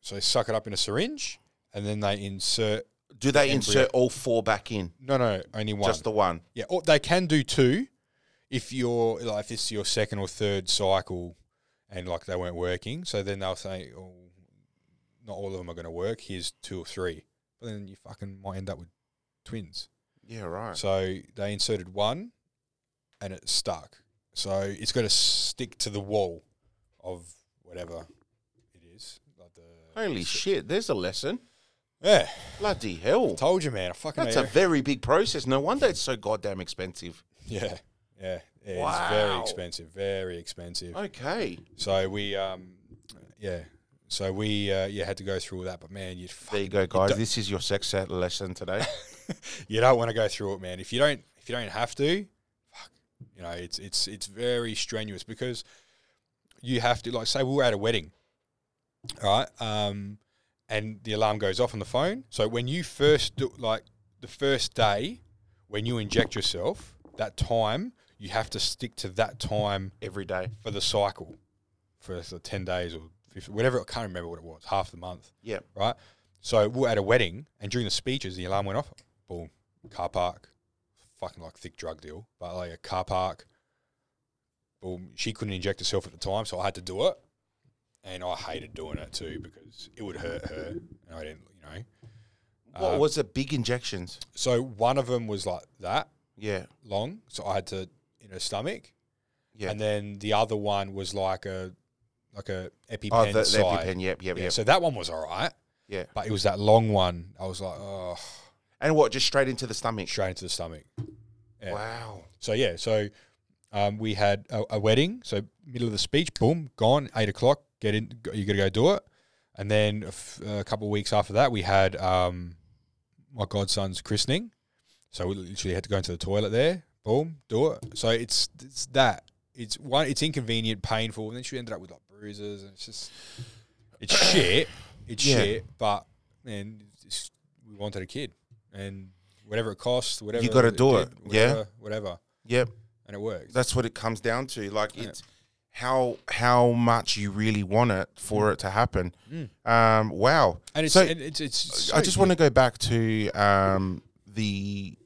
so they suck it up in a syringe, and then they insert. Do they embryo. insert all four back in? No, no, only one. Just the one. yeah, or they can do two, if you're like if this is your second or third cycle, and like they weren't working. So then they'll say, oh, not all of them are going to work. Here's two or three. But then you fucking might end up with twins. Yeah, right. So they inserted one, and it stuck. So it's got to stick to the wall of whatever it is. Like the Holy shit, there's a lesson. yeah, Bloody hell. told you, man. I fucking That's know a you. very big process. No wonder it's so goddamn expensive. yeah, yeah. yeah, It's very Wow. expensive, very expensive. Okay. So we, um, yeah. So we, uh, yeah, had to go through all that. But man, you'd There you fucking, go, guys. don't- This is your sex ed lesson today. you don't want to go through it, man. If you don't, if you don't have to, fuck, you know, it's it's it's very strenuous because you have to, like, say we were at a wedding, all right, um, and the alarm goes off on the phone. So when you first do, like the first day when you inject yourself, that time you have to stick to that time Every day. for the cycle for sort of 10 days or 15, whatever. I can't remember what it was, half the month, Yep. right? So we we're at a wedding, and during the speeches, the alarm went off. Boom, car park, fucking like thick drug deal, but like a car park. Boom, she couldn't inject herself at the time, so I had to do it, and I hated doing it too because it would hurt her, and I didn't, you know. Uh, What was it? Big injections. So one of them was like that Yeah. long, so I had to in her stomach, Yeah. and then the other one was like a like a EpiPen oh, the, the side. EpiPen. Yep, yep, Yeah, yep. So that one was all right, yeah. but it was that long one. I was like, oh, And what? Just straight into the stomach. straight into the stomach. Yeah. Wow. So yeah, so um, we had a, a wedding. So middle of the speech, boom, gone. Eight o'clock. Get in. go- You got to go do it. And then a, f- a couple of weeks after that, we had um, my godson's christening. So we literally had to go into the toilet there. Boom, do it. So it's it's that. It's one. It's inconvenient, painful, and then she ended up with like bruises, and it's just it's shit. It's Yeah. shit. But man, it's, we wanted a kid, and whatever it cost, whatever gotta do it, yeah. whatever, whatever, Yep. and it worked. That's what it comes down to. Like it's how how much you really want it for it to happen. Um, wow. Mm. And it's so and it's it's. I just want to go back to um, the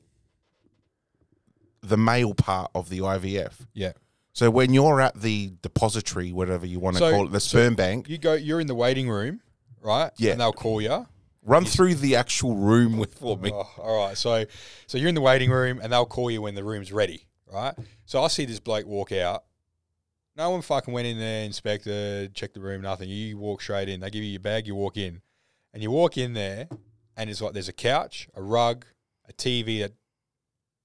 the male part of the IVF. yeah. So when you're at the depository, whatever you want to So- call it, the so sperm bank, You go. You're in the waiting room, right? Yeah. And they'll call you. run through the actual room with for me. Oh, all right. So, so you're in the waiting room, and they'll call you when the room's ready, right? So I see this bloke walk out. No one fucking went in there, inspected, checked the room, nothing. You walk straight in. They give you your bag. You walk in, and you walk in there, and it's like there's a couch, a rug, a TV that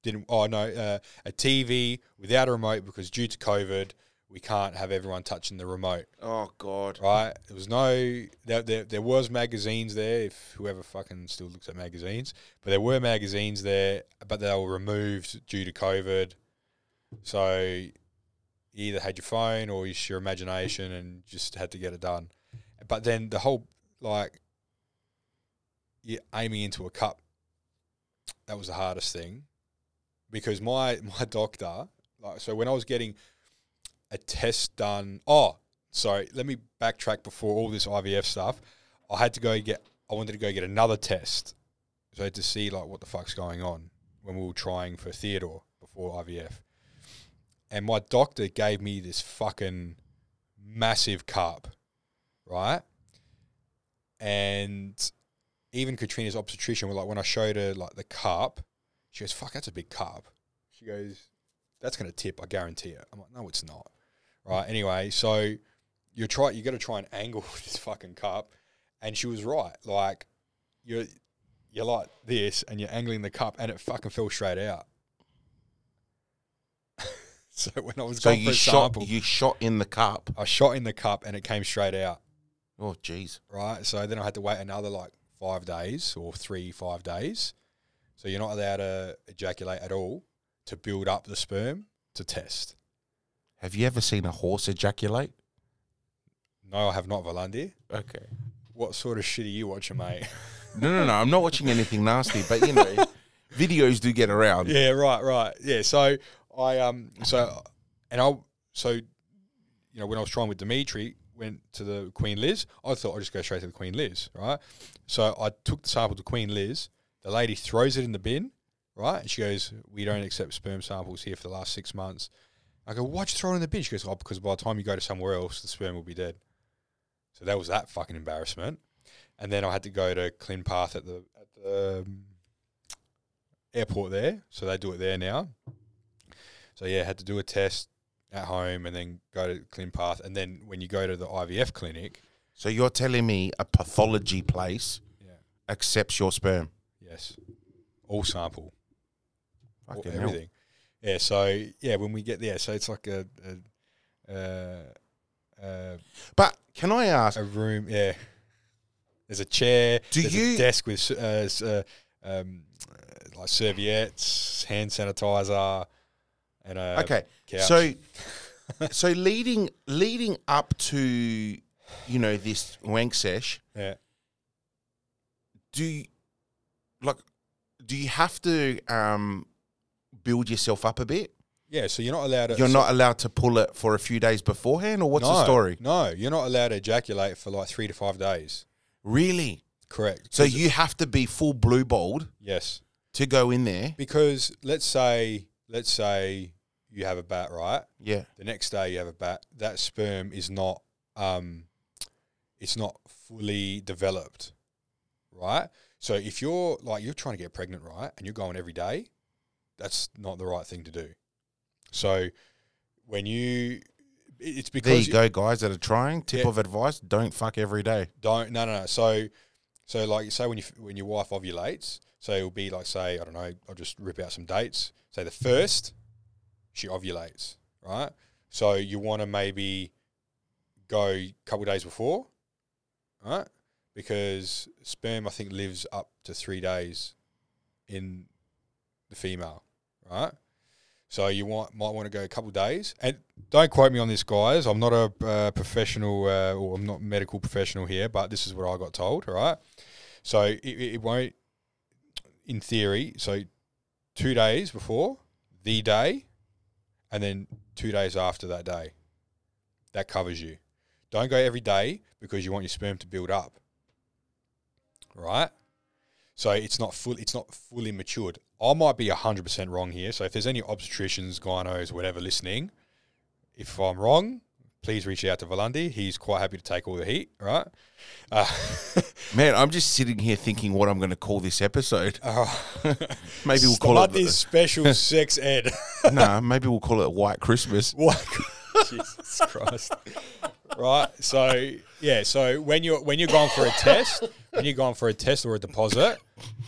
didn't. Oh no, uh, a TV without a remote because due to COVID, we can't have everyone touching the remote. Oh God. right? There was no there, there, there was magazines there if whoever fucking still looks at magazines, but there were magazines there, but they were removed due to COVID. So you either had your phone or just your imagination and just had to get it done. But then the whole like you aiming into a cup that was the hardest thing because my my doctor like so when I was getting a test done. Oh, sorry. Let me backtrack before all this IVF stuff. I had to go get. I wanted to go get another test, so I had to see like what the fuck's going on when we were trying for Theodore before IVF. And my doctor gave me this fucking massive cup, right? And even Katrina's obstetrician, like when I showed her like the cup, she goes, "Fuck, that's a big cup." She goes, "That's gonna tip, I guarantee it." I'm like, "No, it's not." right? Anyway, so you try, you got to try and angle this fucking cup, and she was right. Like you're you're like this, and you're angling the cup, and it fucking fell straight out. so when I was So going for you a shot sample, you shot in the cup. I shot in the cup, and it came straight out. Oh jeez. Right, so then I had to wait another like five days or three five days. So you're not allowed to ejaculate at all to build up the sperm to test. Have you ever seen a horse ejaculate? No, I have not, Volandi. Okay. What sort of shit are you watching, mate? No, no, no. I'm not watching anything nasty, but you know, videos do get around. yeah, right, right. Yeah, so I um so and I so you know when I was trying with Dimitri went to the Queen Liz. I thought I'd just go straight to the Queen Liz, right? So I took the sample to Queen Liz. The lady throws it in the bin, right? And she goes, "We don't accept sperm samples here for the last six months." I go, "Why'd you throw it in the bin?" She goes, "Oh, because by the time you go to somewhere else, the sperm will be dead." So that was that fucking embarrassment. And then I had to go to Clean Path at the at the um, airport there, so they do it there now. So yeah, had to do a test at home and then go to Clin Path, and then when you go to the IVF clinic, So you're telling me a pathology place yeah, accepts your sperm? yes, all sample, all- Fucking hell. everything, yeah. So yeah, when we get there, so it's like a a, a, a, But can I ask? a room, yeah. There's a chair. Do there's you- a desk with uh, s- uh, um, uh, like serviettes, hand sanitizer, and a Okay, couch. so so leading leading up to you know this wank sesh, yeah. do you, like do you have to um build yourself up a bit? Yeah, so you're not allowed to. You're Uh, so- not allowed to pull it for a few days beforehand, or what's no, the story? No, you're not allowed to ejaculate for like three to five days. Really? Correct. So 'Cause- you have to be full blue balled yes, to go in there. because let's say let's say you have a bat, right? Yeah. The next day you have a bat. That sperm is not um, it's not fully developed, right? So if you're like you're trying to get pregnant, right, and you're going every day, that's not the right thing to do. So when you, it- it's because There you go, guys that are trying. Tip Yeah. of advice: don't fuck every day. Don't no no no. So so like say when you when your wife ovulates, so it'll be like say I don't know. I'll just rip out some dates. Say the first, she ovulates, right? So you want to maybe go a couple days before, right? Because sperm I think lives up to three days in the female, right? So you want might want to go a couple days, and don't quote me on this, guys. I'm not a uh, professional, uh, or I'm not medical professional here, but this is what I got told. All right, so it, it it won't, in theory, so two days before the day, and then two days after that day, that covers you. Don't go every day because you want your sperm to build up. Right, so it's not full. It's not fully matured. I might be hundred percent wrong here. So if there's any obstetricians, gynos, whatever listening, if I'm wrong, please reach out to Volandi. He's quite happy to take all the heat, right? Uh, Man, I'm just sitting here thinking what I'm going to call this episode. Oh. maybe we'll call it Volandi's special sex ed. nah, maybe we'll call it White Christmas. What? Jesus Christ. Right. So yeah. So when you're when you're going for a test, when you're going for a test or a deposit,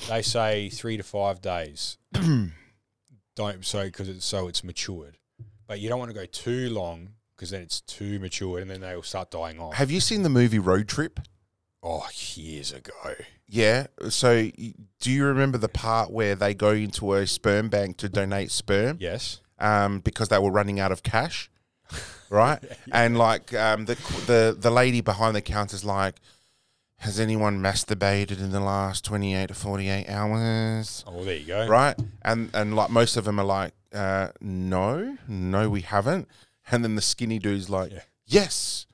they say three to five days. don't so because it's so it's matured, but you don't want to go too long because then it's too matured and then they will start dying off. Have you seen the movie Road Trip? oh, years ago. Yeah. So, y- do you remember the part where they go into a sperm bank to donate sperm? Yes. Um, because they were running out of cash, right? And like um, the qu- the the lady behind the counter's like, "Has anyone masturbated in the last twenty eight to forty eight hours?" Oh, well, there you go. Right? And and like most of them are like, uh, "No, no, we haven't." And then the skinny dude's like, Yeah. "Yes,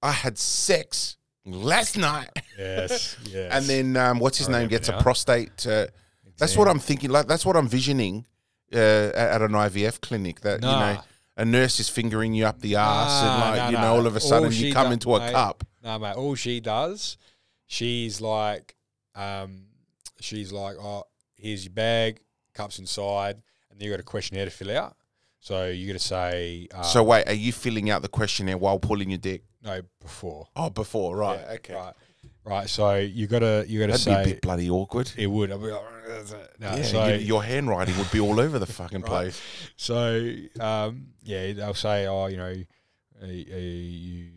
I had sex last night." Yes. Yes. and then um, what's his I name remember gets now. a prostate. Uh, that's what I'm thinking. Like that's what I'm visioning uh, at at an IVF clinic. That you Nah. know, a nurse is fingering you up the ass, Ah, and like no, you no. know, all of a All sudden she you come do- into a mate. cup. No, mate. All she does, she's like, um, she's like, oh, here's your bag, cups inside, and then you got a questionnaire to fill out. So you got to say, uh, So wait, are you filling out the questionnaire while pulling your dick? no before. Oh, before right, Yeah, okay. Right. Right. So you gotta you gotta That'd say be a bit bloody awkward. it would. I'll be like, no, Yeah, so, you- your handwriting would be all over the fucking place. So um, yeah, they'll say, oh, you know, are, are you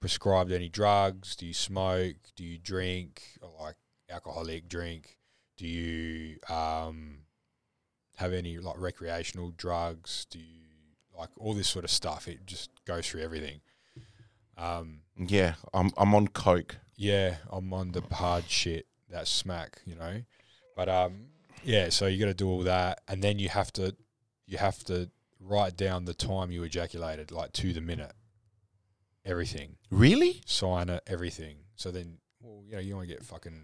prescribed any drugs? Do you smoke? Do you drink? Or like alcoholic drink? Do you um, have any like recreational drugs? Do you like all this sort of stuff? It just goes through everything. Yeah, I'm I'm on coke. yeah, I'm on the hard shit, that smack, you know. But um, yeah, so you got to do all that, and then you have to, you have to write down the time you ejaculated, like to the minute, everything, Really? sign it, everything. So then, well, you know, you want to get fucking.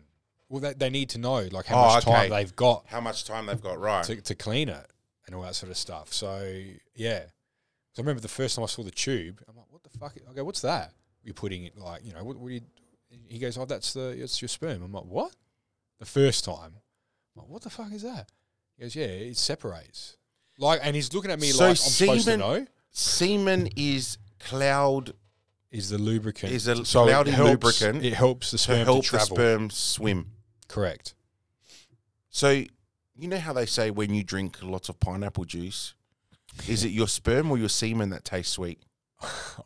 Well, they, they need to know like how Oh, much okay. time they've got How much time they've got? Right. to, to clean it and all that sort of stuff. So yeah, 'Cause I remember the first time I saw the tube, I'm like, what the fuck? I go, what's that? You're putting it like, you know, what, what do you? He goes, oh, that's the it's your sperm. I'm like, what? The first time, I'm like, what the fuck is that? He goes, yeah, it separates. Like, and he's looking at me So like I'm supposed to semen- know. Semen is cloud Is the lubricant is a so it cloudy helps- lubricant It helps the sperm to to, help the travel. sperm swim. Correct. So you know how they say when you drink lots of pineapple juice, is it your sperm or your semen that tastes sweet?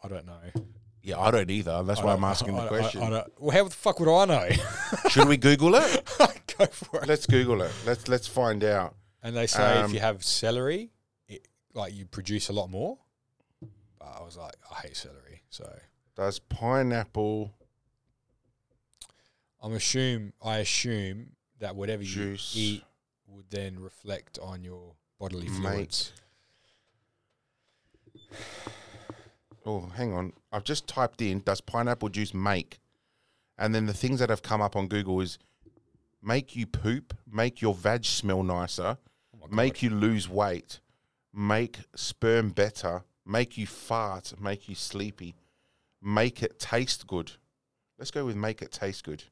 I don't know. Yeah, I don't either. That's I why I'm don't- asking I- the I- question. I, don't- well, how the fuck would I know? Should we Google it? Go for it. Let's Google it. Let's let's find out. And they say Um, if you have celery, it, like you produce a lot more. But I was like, I hate celery, so Does pineapple I'm assume I assume that whatever Juice. you eat would then reflect on your bodily Mate. fluids. Oh, hang on. I've just typed in does pineapple juice make? And then the things that have come up on Google is make you poop, make your vag smell nicer, Oh make you lose weight, make sperm better, make you fart, make you sleepy, make it taste good. Let's go with make it taste good.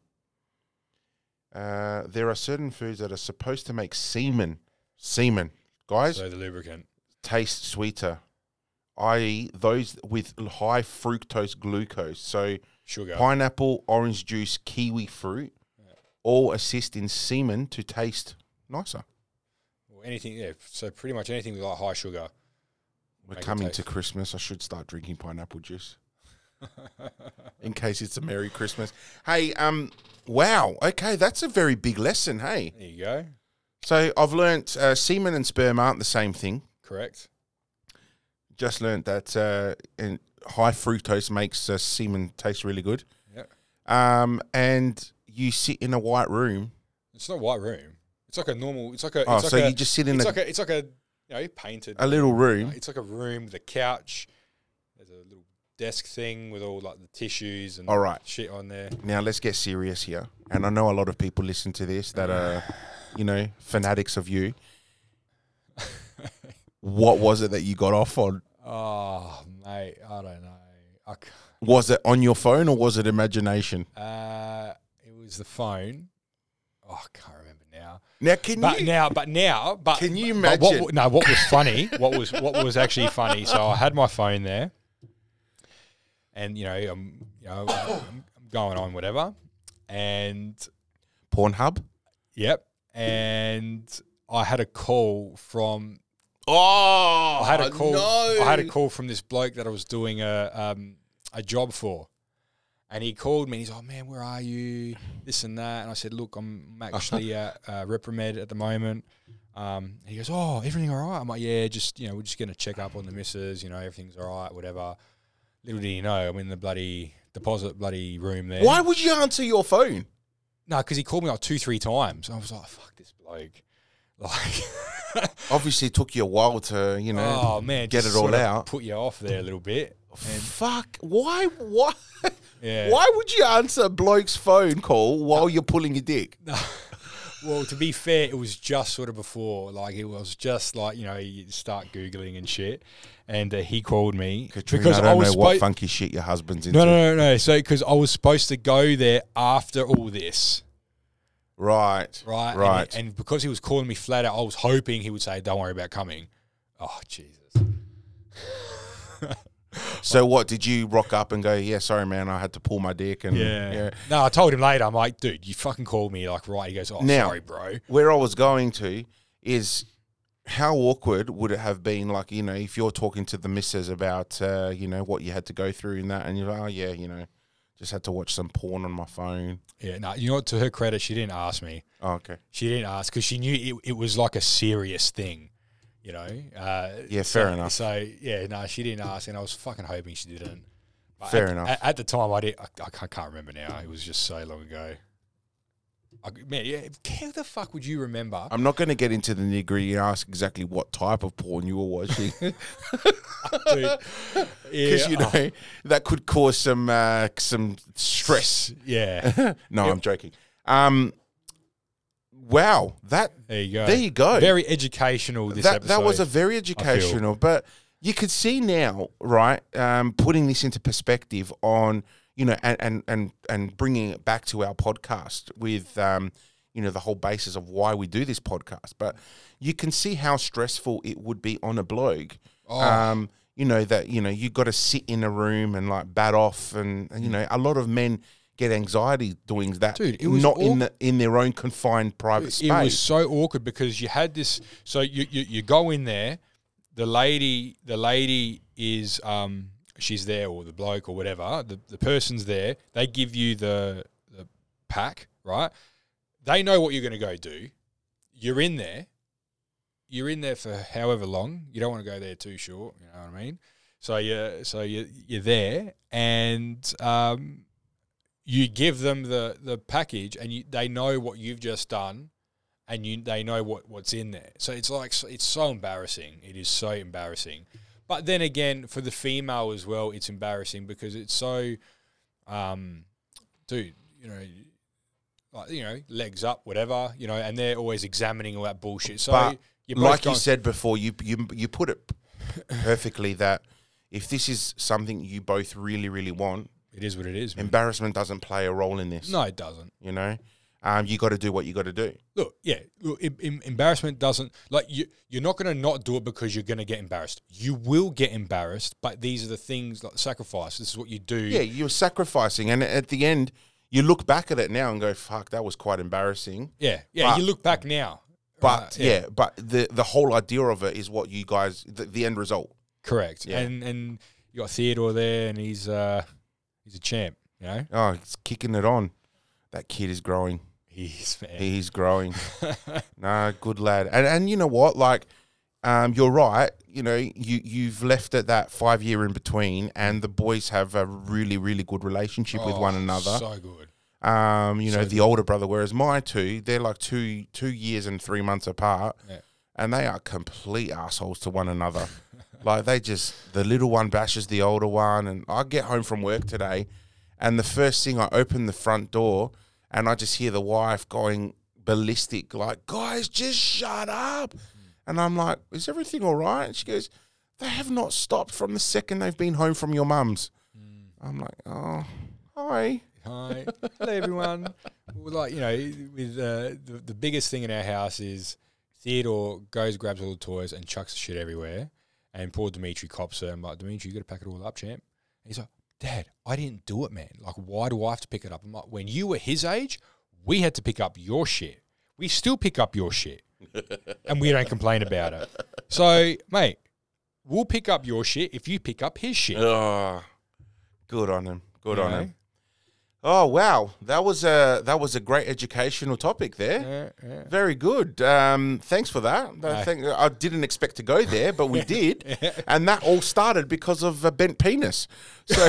Uh, there are certain foods that are supposed to make semen, semen, guys, So the lubricant. taste sweeter, i.e., those with high fructose glucose. So, Sugar. pineapple, orange juice, kiwi fruit all assist in semen to taste nicer. Well, anything, yeah. So pretty much anything with like high sugar. We're Make it coming to taste- Christmas. I should start drinking pineapple juice in case it's a Merry Christmas. Hey, um, wow. Okay, that's a very big lesson. Hey, There you go. so I've learnt uh, semen and sperm aren't the same thing. Correct. Just learnt that uh, in high fructose makes uh, semen taste really good. Yeah. um, and you sit in a white room. It's not white room. It's like a normal. It's like a. It's Oh, like so a, you just sit in it's a- like a. It's like a. You know, painted. A little room. It's like a room with a couch. There's a little desk thing with all like the tissues and All right. shit on there. Now let's get serious here. And I know a lot of people listen to this that are, you know, fanatics of you. what was it that you got off on? Oh, mate, I don't know. I c- Was it on your phone or was it imagination? uh, it was the phone. Oh, I can't remember now. Now can But you now, but now, but Can you but what imagine? wa- no, what was funny? What was what was actually funny? So I had my phone there, and you know, I'm you know, I'm I'm going on whatever, and Pornhub? Yep. And I had a call from Oh, I had a call I had a call from this bloke that I was doing a um, a job for. And he called me. He's like, "Man, where are you? This and that." And I said, "Look, I'm actually uh, uh, reprimand at the moment." Um, he goes, "Oh, everything all right?" I'm like, "Yeah, just you know, we're just gonna check up on the missus. You know, everything's all right, whatever." Little did he know, I'm in the bloody deposit bloody room there. Why would you answer your phone? No, because he called me like two, three times. I was like, "Fuck this bloke!" Like, Obviously it took you a while to, you know, oh man, get just it all sort of out. Put you off there a little bit. And Fuck. Why why Yeah. why would you answer a bloke's phone call while you're pulling your dick? well, to be fair, it was just sort of before, like it was just like you know, you start googling and shit. And uh, he called me Katrina, because I don't know what spo- funky shit your husband's into. no, no, no, no. So because I was supposed to go there after all this. Right. right? And- Right. And, because he was calling me flat out, I was hoping he would say, "Don't worry about coming." Oh Jesus! so what did you rock up and go? Yeah, sorry, man, I had to pull my dick and No, I told him later. I'm like, dude, you fucking called me like right. He goes, "Oh, Now- sorry, bro." Where I was going to is how awkward would it have been? Like you know, if you're talking to the missus about uh, you know what you had to go through and that, and you're like, oh yeah, you know, Just had to watch some porn on my phone. Yeah, no, you know what? To her credit, she didn't ask me. Oh, okay. She didn't ask because she knew it, it was like a serious thing, you know. Uh, Yeah, so- fair enough. So yeah, no, she didn't ask, and I was fucking hoping she didn't. But Fair at, enough. At, at the time, I did. I, I can't- can't remember now. It was just so long ago. I, man, yeah, how the fuck would you remember? I'm not going to get into the niggery and ask exactly what type of porn you were watching Because because you know that could cause some uh, some stress. oh, yeah. No, I'm joking. Um, wow, that There you go. There you go. Very educational. This that episode. that was a very educational, but you could see now, right? Um, putting this into perspective on you know and and and and bringing it back to our podcast with um, you know the whole basis of why we do this podcast, but you can see how stressful it would be on a blog. Oh. Um, you know that you know you got to sit in a room and like bat off, and, and you know a lot of men get anxiety doing that, Mm. Dude, it was not awk- in the, in their own confined private space. it was so awkward because you had this so you, you you go in there the lady the lady is um she's there or the bloke or whatever the, the person's there they give you the the pack right they know what you're going to go do you're in there you're in there for however long you don't want to go there too short you know what i mean so you so you you're there and um you give them the the package and you, they know what you've just done and you they know what what's in there so it's like so- it's so embarrassing it is so embarrassing but then again for the female as well it's embarrassing because it's so um dude you know like you know legs up whatever you know and they're always examining all that bullshit so But you're both like you going- said before, you you you put it perfectly that if this is something you both really really want, it is what it is man. embarrassment doesn't play a role in this. no it doesn't you know, um, you got to do what you got to do. look, yeah, look, em- em- embarrassment doesn't like you. You're not going to not do it because you're going to get embarrassed. You will get embarrassed, but these are the things like sacrifice. This is what you do. Yeah, you're sacrificing, and at the end, you look back at it now and go, "Fuck, that was quite embarrassing." yeah, yeah, But- you look back now, But right, Uh, yeah. but the the whole idea of it is what you guys the, the end result. correct. Yeah. And and you got Theodore there, and he's uh he's a champ. You know, Oh, it's kicking it on. That kid is growing. he's man. He's growing. nah, good lad. And and you know what? Like, um, you're right. You know, you you've left it that five year in between, and the boys have a really really good relationship with Oh, one another. So good. um, you know, the older brother, whereas my two, they're like two two years and three months apart, Yeah. and they are complete assholes to one another. like they just the little one bashes the older one, and I get home from work today, and the first thing I open the front door, and I just hear the wife going ballistic, like guys, just shut up. And I'm like, is everything all right? And she goes, they have not stopped from the second they've been home from your mum's. I'm like, oh, hi. Hi, hello everyone. Well, like you know, with uh, the the biggest thing in our house is Theodore goes grabs all the toys and chucks the shit everywhere, and poor Dimitri cops her. I'm like, Dimitri, you got to pack it all up, champ. And he's like, Dad, I didn't do it, man. Like, why do I have to pick it up? I'm like, when you were his age, we had to pick up your shit. We still pick up your shit, and we don't complain about it. So, mate, we'll pick up your shit if you pick up his shit. Oh, good on him. Good on Yeah. him. Oh wow, that was a that was a great educational topic there. Very good. Um, thanks for that. I, think, I didn't expect to go there, but we did, and that all started because of a bent penis. So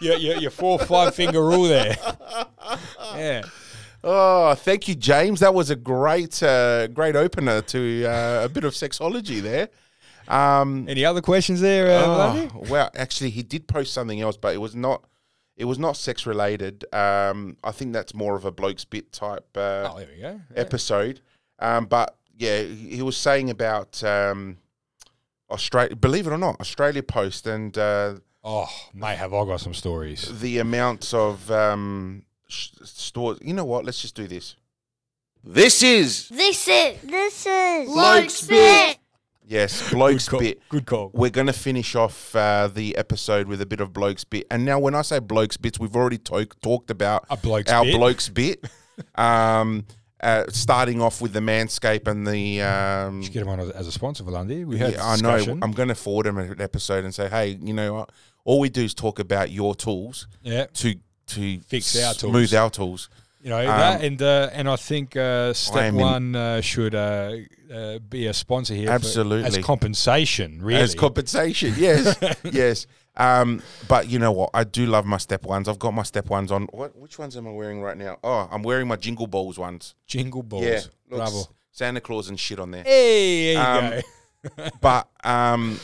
your, your, your four five finger rule there. Yeah. Oh, thank you, James. That was a great, uh, great opener to uh, a bit of sexology there. Um, Any other questions there? Uh, oh, Melanie? well, actually, he did post something else, but it was not, it was not sex related. Um, I think that's more of a bloke's bit type uh, Oh, there we go. episode. Um, but yeah, he he was saying about um, Australia. Believe it or not, Australia Post and uh, Oh, mate, have I got some stories? the amounts of um, sh- stores. You know what? Let's just do this. This is This is this is Luke's bit. Yes, bloke's Good call. bit. Good call. We're going to finish off uh, the episode with a bit of bloke's bit. And now, when I say bloke's bits, we've already to- talked about A bloke's our bit. bloke's bit. um, uh, starting off with the manscape and the. Um, Get him on as, as a sponsor for Lundy. We had yeah, I know. discussion. I'm going to forward him an episode and say, hey, you know what? All we do is talk about your tools Yeah. to to Fix our tools. smooth our tools. You know that, and uh, and I think uh, I step am Um, in- one uh, should uh, uh, be a sponsor here, for- as Absolutely. compensation, really. As compensation, yes, yes. Um, but you know what? I do love my step ones. I've got my step ones on. What? Which ones am I wearing right now? Oh, I'm wearing my Jingle Balls ones. Jingle balls, Yeah, look, bravo. Santa Claus and shit on there. Hey, there you Um, go. but um,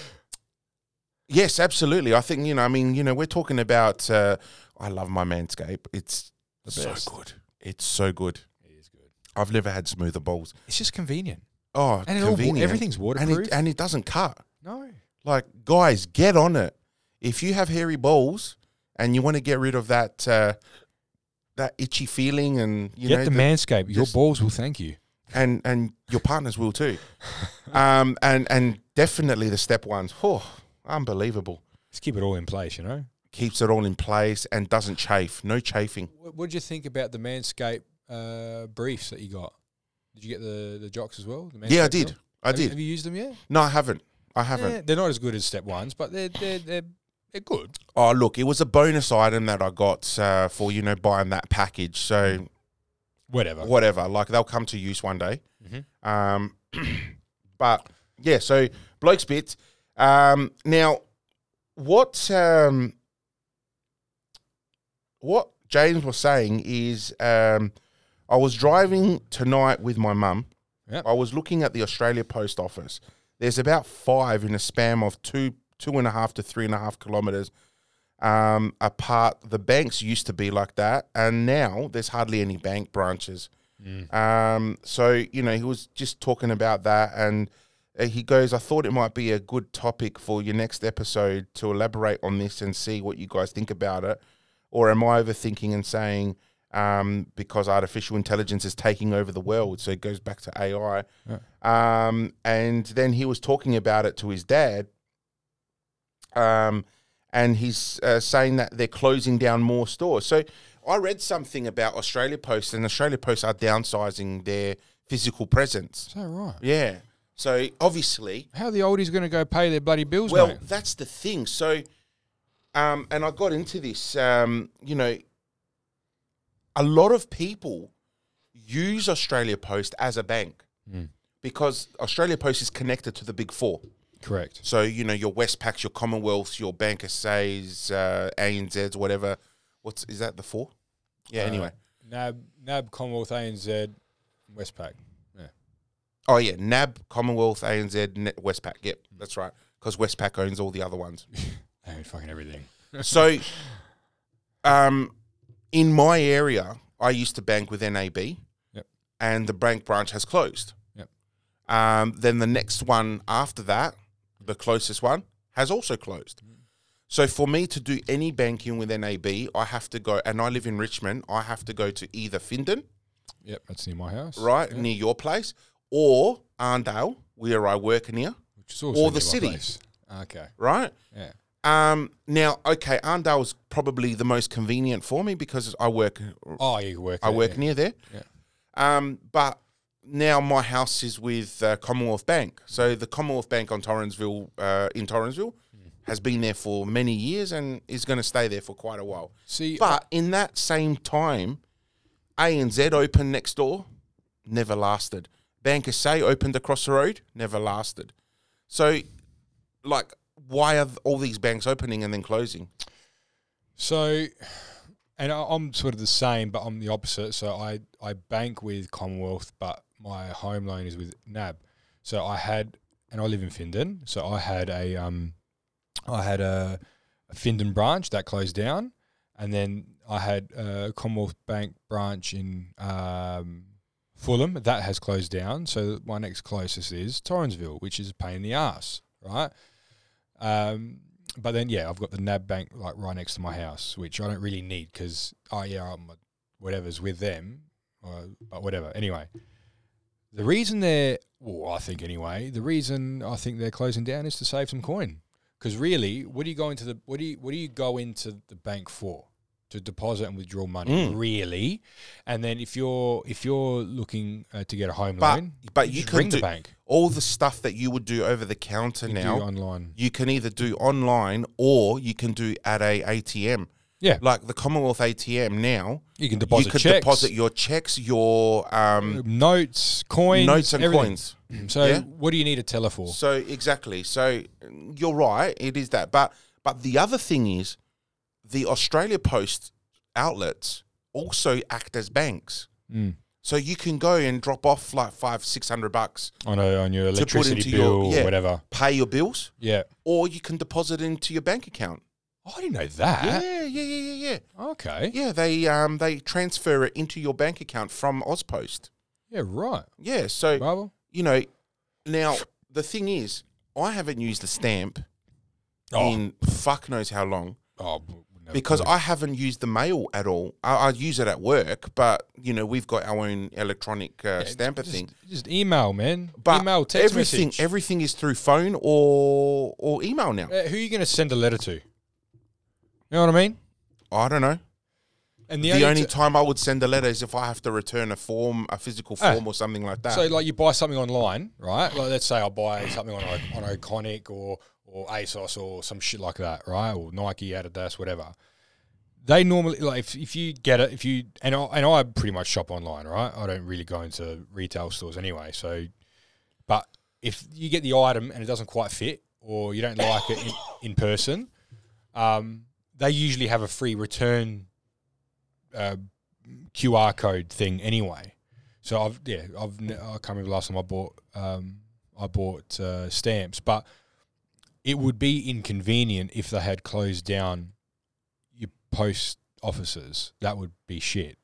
yes, absolutely. I think you know. I mean, you know, we're talking about. Uh, I love my Manscaped. It's the best. So good. It's so good. It is good. I've never had smoother balls. It's just convenient. Oh, And it all wa- convenient. everything's and waterproof. it, and it doesn't cut. No, Like, guys, get on it. If you have hairy balls and you want to get rid of that uh, that itchy feeling, and you get know, the, manscape. Your just- balls will thank you. and and your partners will too, um, and and definitely the step ones. Oh, unbelievable. Let's keep it all in place. You know. Keeps it all in place and doesn't chafe. No chafing. What did you think about the manscape uh, briefs that you got? Did you get the the jocks as well? The yeah, I Manscaped did. as well? I Have you- did. Have you used them yet? no, I haven't. I haven't. Yeah, they're not as good as step ones, but they're they're they're, they're good. Oh, look, it was a bonus item that I got uh, for you know buying that package. So Whatever. whatever. Like they'll come to use one day. Um, but yeah, so blokes bits. Um, now, what um, what James was saying is, um, I was driving tonight with my mum. Yep. I was looking at the Australia Post Office. There's about five in a spam of two two and a half to three and a half kilometers um, apart. The banks used to be like that, and now there's hardly any bank branches. Um, so you know, he was just talking about that, and uh, he goes, "I thought it might be a good topic for your next episode to elaborate on this and see what you guys think about it, or am I overthinking and saying?" Um, because artificial intelligence is taking over the world, so it goes back to AI. Um, and then he was talking about it to his dad, um, and he's uh, saying that they're closing down more stores. So I read something about Australia Post, and Australia Post are downsizing their physical presence. So right. Yeah. So obviously, How the oldies going to go pay their bloody bills? well, mate? that's the thing. So, um, and I got into this. Um, you know, a lot of people use Australia Post as a bank because Australia Post is connected to the Big Four. correct. So you know your Westpacs, your Commonwealths, your Bank of Says, uh, ANZs, whatever. What's is that the four? Uh, Yeah. anyway. NAB, NAB, Commonwealth, ANZ, Westpac. Yeah. Oh yeah, NAB, Commonwealth, ANZ, Net, Westpac. Yep, that's right. Because Westpac owns all the other ones. I mean, fucking everything. so, um, in my area, I used to bank with NAB, Yep. and the bank branch has closed. Yep. Um, then the next one after that, the closest one, has also closed. Mm-hmm. So for me to do any banking with NAB, I have to go, and I live in Richmond. I have to go to either Findon, Yep, that's near my house. right near your place, or Arndale, where I work near, Which is also or near the my city. place. Okay. right? Yeah. Um, now, okay, Arndale's probably the most convenient for me because I work Oh, you work. I there, work yeah. near there. Yeah. Um, but now my house is with uh, Commonwealth Bank. So the Commonwealth Bank on Torrensville, uh, in Torrensville, Hmm. has been there for many years and is going to stay there for quite a while. See, But in that same time, ANZ opened next door, never lasted. Bank of Say opened across the road, never lasted. So, like, why are th- all these banks opening and then closing? So, and I, I'm sort of the same, but I'm the opposite. So I, I bank with Commonwealth, but my home loan is with NAB. So I had, and I live in Findon. So I had a, um, I had a, a Findon branch that closed down, and then I had a Commonwealth Bank branch in um, Fulham that has closed down. So my next closest is Torrensville, which is a pain in the ass, right? Um, but then yeah, I've got the NAB bank like right next to my house, which I don't really need because oh yeah, I'm whatever's with them, uh, but whatever. Anyway, the reason they're well, I think anyway, the reason I think they're closing down is to save some coin. Because really, what do you go into the what do you what do you go into the bank for? to deposit and withdraw money, Hmm. really. And then if you're if you're looking uh, to get a home But loan, but you just can ring do the bank. all the stuff that you would do over the counter You do now online. You can either do online or you can do at a ATM. Yeah, Like the Commonwealth ATM now, You can deposit you could checks. deposit your checks, your um, notes, coins, notes and everything. coins. Mm-hmm. So Yeah. what do you need a teller for? So exactly. So you're right. It is that. But but the other thing is, the Australia Post outlets also act as banks. Mm. So you can go and drop off like five, six hundred bucks on a, on your to put electricity into bill your yeah, or whatever. pay your bills, Yeah. or you can deposit into your bank account. Oh, I didn't know that. Yeah, yeah, yeah, yeah, yeah. Okay. Yeah. Yeah, they um they transfer it into your bank account from Auspost. right. Yeah, so Bible. you know, now the thing is, I haven't used the stamp Oh. in fuck knows how long. Oh, b- never because mind. I haven't used the mail at all. I, I use it at work, but you know we've got our own electronic uh, stamper just, thing. Just email, man. But email, text everything, message. everything is through phone or or email now. Uh, who are you going to send a letter to? You know what I mean? I don't know. And The, only t- time I would send a letter is if I have to return a form, a physical Ah. form or something like that. so like you buy something online, right? Like let's say I buy something on O- on Iconic or or ASOS or some shit like that, right? Or Nike, Adidas, whatever. They normally like if, if you get it, if you and I, and I pretty much shop online, right? I don't really go into retail stores anyway, so But if you get the item and it doesn't quite fit, or you don't like it in, in person, um, they usually have a free return uh, QR code thing anyway. So I've yeah I've ne- I can't remember the last time I bought um, I bought uh, stamps, but it would be inconvenient if they had closed down your post offices. That would be shit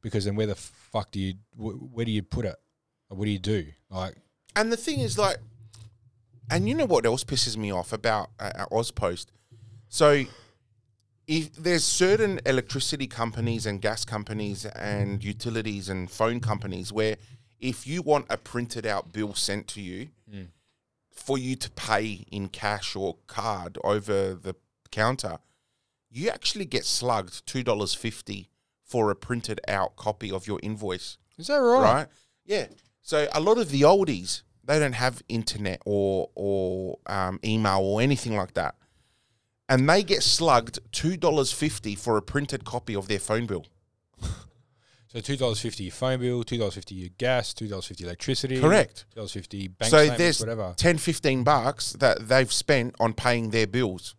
because then where the fuck do you wh- where do you put it? What do you do? Like And the thing is, like, and you know what else pisses me off about uh, uh, Auspost? So, if there's certain electricity companies and gas companies and utilities and phone companies where if you want a printed out bill sent to you for you to pay in cash or card over the counter, you actually get slugged $2.50 for a printed out copy of your invoice Is that right? right? Yeah. So a lot of the oldies they don't have internet or or um, email or anything like that, and they get slugged two dollars fifty for a printed copy of their phone bill. So two dollars fifty your phone bill, two dollars fifty your gas, two dollars fifty electricity, Correct. Two dollars fifty bank so statements, there's whatever. 10, 15 bucks that they've spent on paying their bills,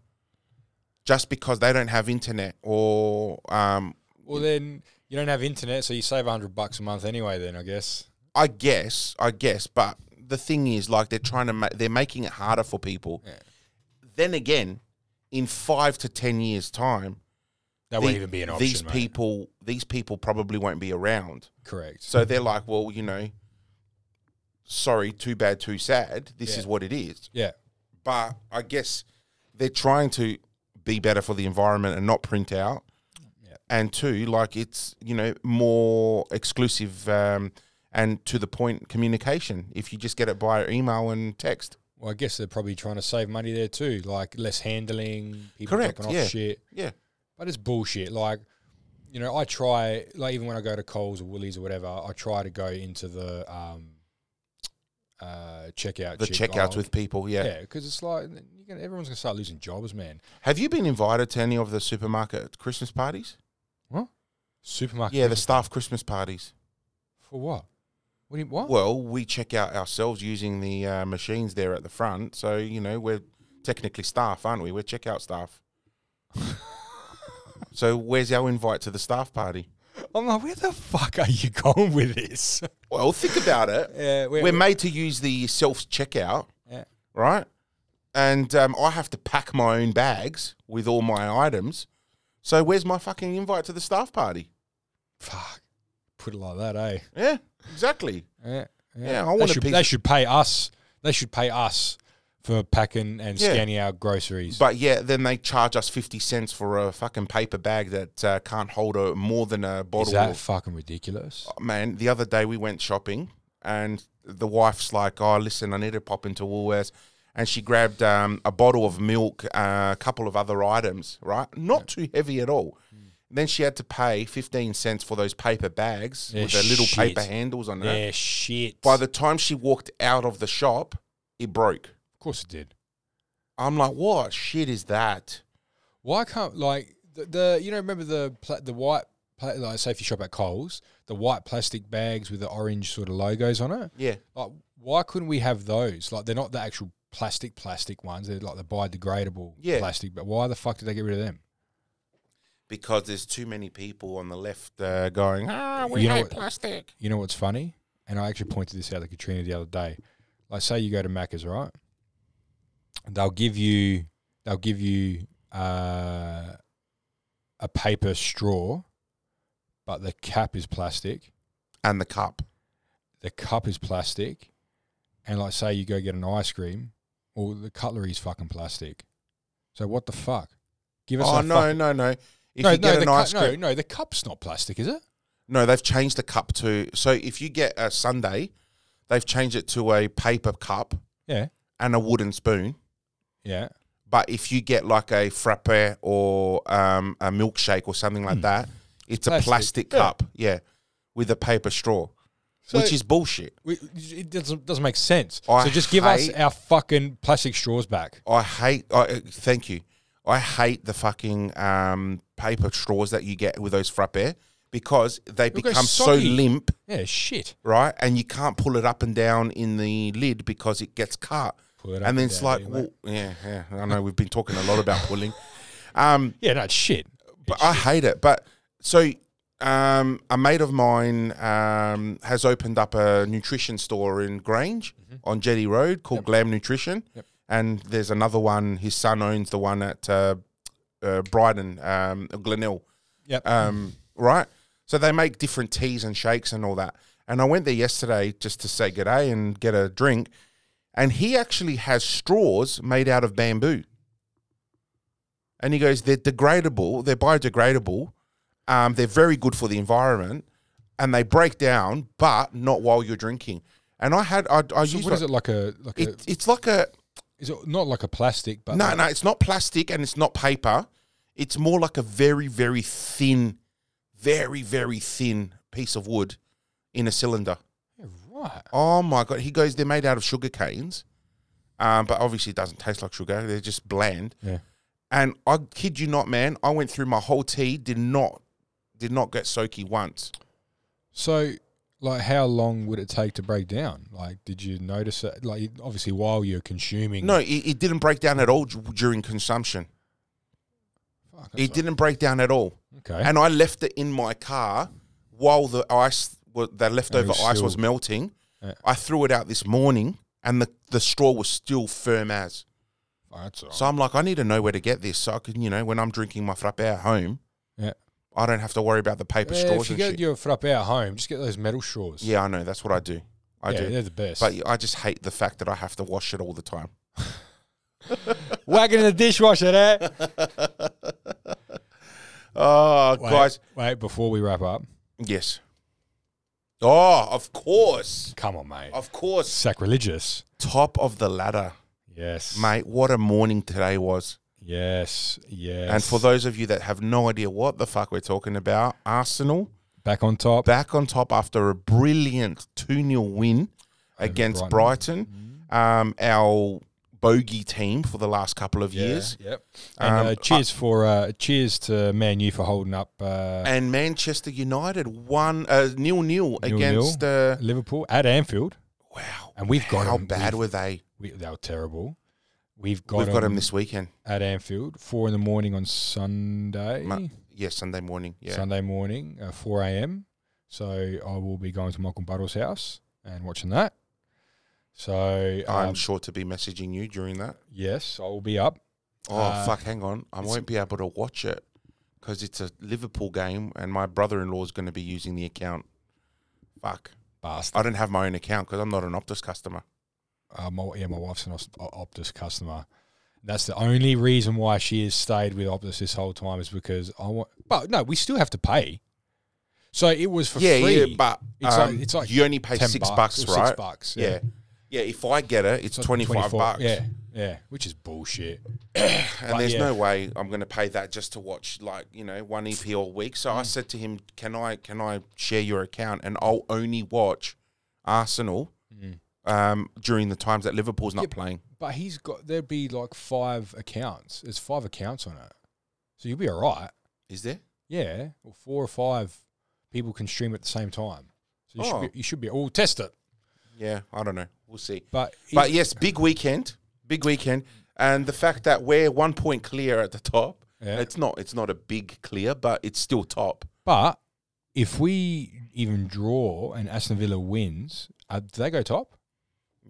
just because they don't have internet or um, Well, then you don't have internet, so you save hundred bucks a month anyway. Then I guess. I guess, I guess, but the thing is, like, they're trying to make, they're making it harder for people. Then again, in five to ten years' time, That the- won't even be an option. These mate. people, these people probably won't be around. correct. So they're like, well, you know, sorry, too bad, too sad. This is what it is. yeah, But I guess they're trying to be better for the environment and not print out. And two, like it's you know more exclusive um, and to the point communication. If you just get it via email and text, well, I guess they're probably trying to save money there too, like less handling, people Correct, dropping yeah. off shit. yeah, But it's bullshit. Like, you know, I try like even when I go to Coles or Woolies or whatever, I try to go into the um, uh, checkout. the chick checkouts aisle. with people. Yeah. yeah, because it's like you're gonna, everyone's gonna start losing jobs, man. have you been invited to any of the supermarket Christmas parties? What? Supermarket. Yeah, the Christmas- staff Christmas parties. For what? What? Do you, what? Well, we check out ourselves using the uh, machines there at the front. So, you know, we're technically staff, aren't we? We're checkout staff. so, where's our invite to the staff party? I'm like, where the fuck are you going with this? Well, think about it. Yeah, we're, we're- made to use the self checkout, Yeah. right? And um, I have to pack my own bags with all my items. So, where's my fucking invite to the staff party? Fuck. Put it like that, eh? Yeah, exactly. Yeah. Yeah, I they want a should, piece- they should pay us. They should pay us for packing and Yeah. scanning our groceries. But yeah, then they charge us fifty cents for a fucking paper bag that uh, can't hold a, more than a bottle. Is that of, fucking ridiculous? man, the other day we went shopping, and the wife's like, "Oh, listen, I need to pop into Woolworths," and she grabbed Hmm. um, a bottle of milk, uh, a couple of other items, right? Not too heavy at all. Then she had to pay 15 cents for those paper bags with Yeah, the little shit. paper handles on it. Yeah, shit. By the time she walked out of the shop, it broke. of course it did. I'm like, what shit is that? Why can't like the, the you know remember the pla- the white pla- like safety shop at Coles the white plastic bags with the orange sort of logos on it. Yeah. Like why couldn't we have those? Like they're not the actual plastic plastic ones. They're like the biodegradable Yeah. plastic. But why the fuck did they get rid of them? Because there's too many people on the left uh, going, ah, we You know hate what- plastic. You know what's funny? And I actually pointed this out to Katrina the other day. Like say you go to Macca's, right? They'll give you they'll give you uh, a paper straw, but the cap is plastic. And the cup. the cup is plastic, and like say you go get an ice cream, or the cutlery is fucking plastic. So what the fuck? Give us Oh, a no, fuck- no, no. If no, you no, get the an cu- ice no, cream. no, the cup's not plastic, is it? No, they've changed the cup to. So if you get a Sunday, they've changed it to a paper cup Yeah, and a wooden spoon. yeah. But if you get like a frappe or um, a milkshake or something like that, it's a Hmm. Plastic, plastic yeah. cup, yeah, with a paper straw, which is bullshit. we, it doesn't doesn't make sense. I so just give us hate- our fucking plastic straws back. I hate. I, uh, thank you. I hate the fucking um, paper straws that you get with those frappe because they It'll go become so soggy. limp, Yeah, shit. right? And you can't pull it up and down in the lid because it gets cut. Pull it up and then and it's down, like, do you, well, yeah, yeah. I know we've been talking a lot about pulling. Um, Yeah, no, it's shit. but I hate it. But so um, a mate of mine um, has opened up a nutrition store in Grange on Jetty Road called Glam Nutrition, and there's another one. His son owns the one at uh, uh, Brighton, um, Glenelg. Yep. Um, right. So they make different teas and shakes and all that. And I went there yesterday just to say good day and get a drink. And he actually has straws made out of bamboo. And he goes, they're degradable, they're biodegradable, um, they're very good for the environment, and they break down, but not while you're drinking. And I had, I, I so used what is it, it like a like a? it, it's like a Is it not like a plastic? But no, like- no, it's not plastic and it's not paper. It's more like a very, very thin, very, very thin piece of wood in a cylinder. Yeah, right. Oh my god! He goes, they're made out of sugar canes, um, but obviously it doesn't taste like sugar. They're just bland. Yeah. And I kid you not, man, I went through my whole tea, did not, did not get soaky once. So, like, how long would it take to break down? Like, did you notice that? Like, obviously, while you're consuming, No, it, it didn't break down at all d- during consumption. Fuck, that's It didn't break down at all. Okay. And I left it in my car while the ice, wa- the leftover was ice still- was melting. Yeah. I threw it out this morning, and the, the straw was still firm as. Fuck, that's all So I'm like, I need to know where to get this, so I can, you know, when I'm drinking my frappe at home, right. I don't have to worry about the paper yeah. Yeah, straws if you and get shit. your frappe at home, just get those metal straws. yeah, I know. That's what I do. I Yeah, do. they're the best. But I just hate the fact that I have to wash it all the time. Wagging in the dishwasher there. Oh, Wait, guys. wait, before we wrap up, Yes. Oh, of course. come on, mate. Of course. Sacrilegious. Top of the ladder. Yes, Mate, what a morning today was. Yes, yes. And for those of you that have no idea what the fuck we're talking about, Arsenal back on top, back on top after a brilliant 2 0 win against Brighton. Um, our bogey team for the last couple of Yeah, years. Um, Yep. And uh, cheers for uh, cheers to Man U for holding up uh, And Manchester United won uh, nil nil nil-nil against. Uh, Liverpool at Anfield. wow. And we've got How 'em. bad We've- were they? We, they were terrible. We've got We've got them them this weekend. at Anfield, four in the morning on Sunday, Ma- yeah, Sunday morning. Yeah. Sunday morning, uh, four a.m. So I will be going to Michael Buttle's house and watching that. So I'm um, sure to be messaging you during that. yes, I will be up. Oh, uh, fuck, hang on. I won't be able to watch it because it's a Liverpool game and my brother in law is going to be using the account. Fuck. Bastard. I don't have my own account because I'm not an Optus customer. Uh, my, yeah, my wife's an Ops- O- Optus customer. That's the only reason why she has stayed with Optus this whole time is because I want. But no, we still have to pay. So it was for yeah, free. yeah, but it's um, like it's like you only pay 10 six bucks, or right? Six bucks. yeah. yeah. if I get it, it's It's like twenty five 24 bucks. Yeah. Yeah, which is bullshit. And there's yeah. no way I'm going to pay that just to watch like you know one EP all week. So Mm. I said to him, "Can I can I share your account and I'll only watch Arsenal Mm. um, during the times that Liverpool's not playing." But he's got there'd be like five accounts. There's five accounts on it, so you'll be all right. Is there? Yeah, or four or five people can stream at the same time. So you Oh. should be, you should be. We'll test it. Yeah, I don't know. We'll see. But But if- yes, big weekend, big weekend, and the fact that we're one point clear at the top. Yeah. It's not it's not a big clear, but it's still top. But if we even draw and Aston Villa wins, uh, do they go top?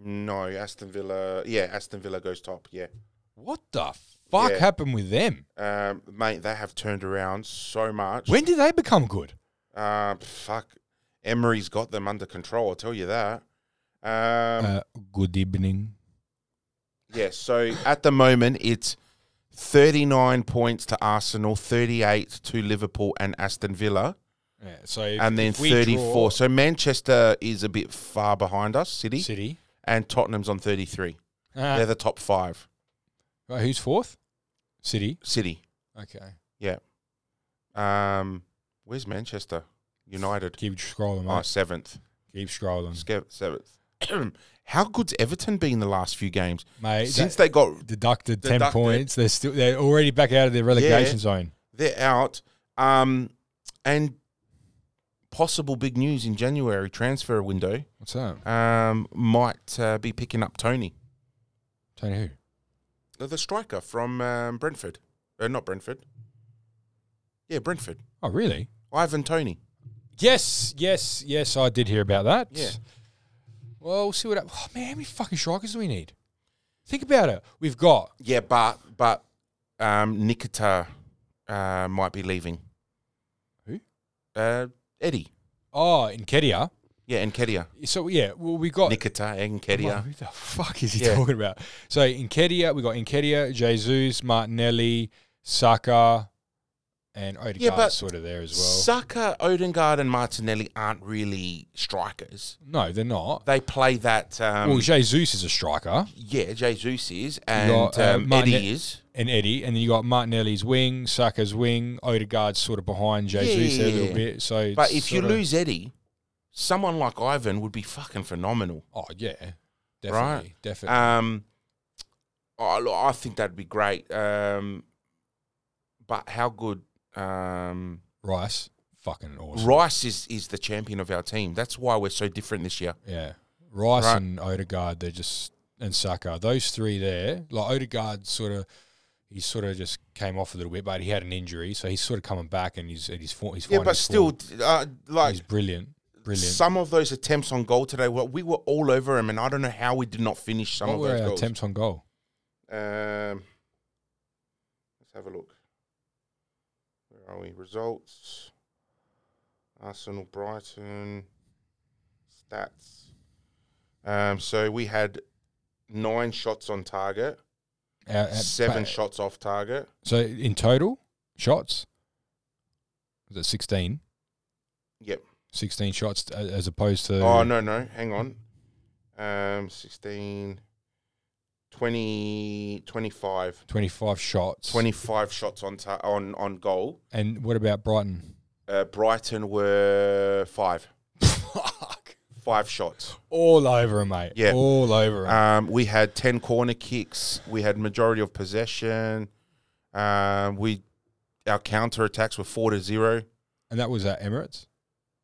No, Aston Villa. Yeah, Aston Villa goes top. Yeah, What the fuck Yeah. happened with them? um, mate, they have turned around so much. When did they become good? Uh, fuck. Emery's got them under control, I'll tell you that. Um, uh, good evening. yeah, so at the moment, it's 39 points to Arsenal, 38 to Liverpool and Aston Villa, Yeah, so if- and then if we 34. draw So Manchester is a bit far behind us, City, City. and Tottenham's on 33. They're Uh, the top five. right, who's fourth? City. City, Okay. yeah. Um, where's Manchester? United. Keep scrolling. Oh, Mate. seventh. Keep scrolling, Sca- Seventh. How good's Everton been the last few games? mate. Since that- they got deducted ten Deducted. points, they're still they're already back out of their relegation zone. they're out. Um, and possible big news in January transfer window What's that, um, might uh, be picking up Tony, Tony? Who? Uh, the striker from um, Brentford. Uh, not Brentford. Yeah, Brentford. Oh, really? Ivan Tony. Yes, yes, yes. I did hear about that. Yeah. Well, we'll see what. Oh, man, how many fucking strikers do we need? Think about it. We've got Yeah, but but um, Nikita uh, might be leaving. Who? Uh, Eddie. oh in Kedia. Yeah, and Kedia. So yeah, well we got. Nikita and Come on, Kedia. Who the fuck is he Yeah. talking about? So Inkedia, we got Inkedia, Jesus, Martinelli, Saka, and Odegaard Yeah, but sort of there as well. Saka, Odegaard, and Martinelli aren't really strikers. no, they're not. They play that. Um, well, Jesus is a striker, Yeah, Jesus is, and got, uh, um, Martin- Eddie is. and Eddie, and then you got Martinelli's wing, Saka's wing, Odegaard's sort of behind Jesus there a Yeah. little bit. So, it's But if you sorta- lose Eddie, someone like Ivan would be fucking phenomenal, Oh yeah, definitely, right? definitely. Um, oh, look, I think that'd be great. Um, but how good um, Rice, fucking awesome. Rice is is the champion of our team. That's why we're so different this year. Yeah, Rice Right. and Odegaard, they're just and Saka, those three there. Like Odegaard, sort of, he sort of just came off a little bit, but he had an injury, so he's sort of coming back and he's and he's for, he's Yeah, finding but his still, form. uh, like he's brilliant, brilliant. some of those attempts on goal today, well, we were all over him, and I don't know how we did not finish some what of were those our goals. attempts on goal? Um, let's have a look. Where are we? Results. Arsenal, Brighton. Stats. Um, so we had nine shots on target, Our- our- seven but- shots off target. So in total, shots. Was it 16? Yep. 16 shots a- as opposed to Oh, no, no. Hang on. Um, 16, 20, 25. 25 shots. 25 shots on, tar- on, on goal. And what about Brighton? Uh, Brighton were five. Fuck. Five shots. All over him, mate. Yeah. All over him. Um, we had ten corner kicks. We had majority of possession. Um, we our counter attacks were four to zero. and that was at Emirates.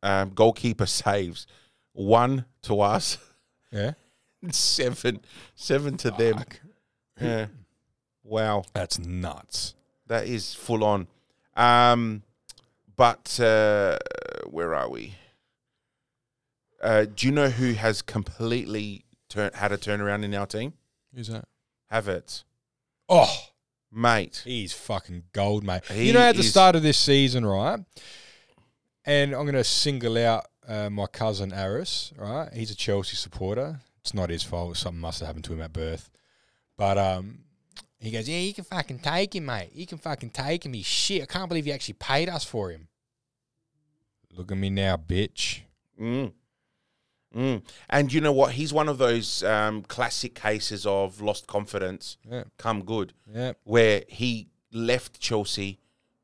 Um, goalkeeper saves one to us, Yeah. seven seven to them. Fuck. Yeah, wow, That's nuts. that is full on. Um, but uh, where are we? Uh, do you know who has completely turn, had a turnaround in our team? Who's that? Havertz, Oh, mate. he's fucking gold, mate. He you know, at the is- start of this season, right? And I'm going to single out uh, my cousin Aris, right? He's a Chelsea supporter. It's not his fault. Something must have happened to him at birth. But um, he goes, Yeah, you can fucking take him, mate. You can fucking take him. He's shit. I can't believe you actually paid us for him. Look at me now, bitch. Mm. And you know what? He's one of those um, classic cases of lost confidence, Yeah. come good, Yeah. where he left Chelsea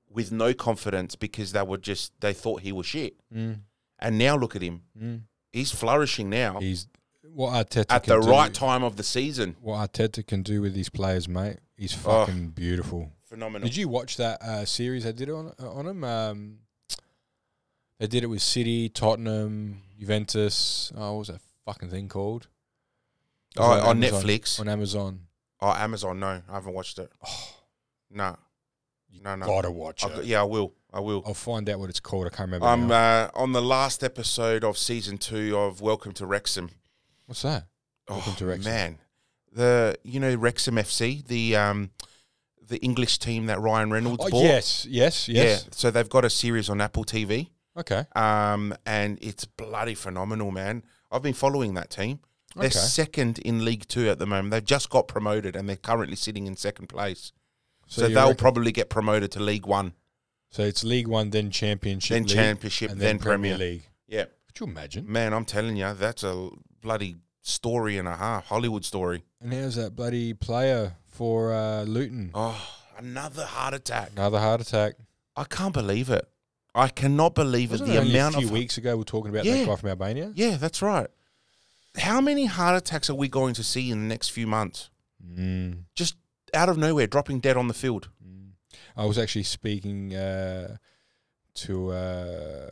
with no confidence because they were just they thought he was shit. Mm. And now look at him. He's flourishing now He's what Arteta Oh. at Mm. can the do- right time of the season. What Arteta can do with these players, mate, is fucking beautiful. Phenomenal. Did you watch that uh, series they did on on him? Um, they did it with City, Tottenham, Juventus. Oh, what was that fucking thing called? It was Oh, on Amazon- Netflix? On Amazon. oh, Amazon? No, I haven't watched it. Oh. No, no, no. Gotta watch I've it. got- yeah, I will. I will. I'll find out what it's called. I can't remember. I'm now. uh, on the last episode of season two of Welcome to Wrexham. What's that? Oh Welcome to Wrexham. man, the you know Wrexham FC, the um, the English team that Ryan Reynolds Oh, bought. yes, yes, yes. Yeah, so they've got a series on Apple TV, Okay. um, and it's bloody phenomenal, man. I've been following that team. They're Okay. second in League Two at the moment. They've just got promoted, and they're currently sitting in second place. So, you they'll reckon- probably get promoted to League One. so it's League One, then Championship, Then League, Championship, and then Premier. League. Yeah, Could you imagine? man, I'm telling you, that's a bloody story and a half, Hollywood story. And how's that bloody player for uh, Luton? Oh, another heart attack. Another heart attack. I can't believe it. I cannot believe Wasn't it. it The only amount a few of weeks ago we were talking about Yeah. that guy from Albania. Yeah, that's right. How many heart attacks are we going to see in the next few months? Mm. Just out of nowhere, dropping dead on the field. I was actually speaking uh, to uh,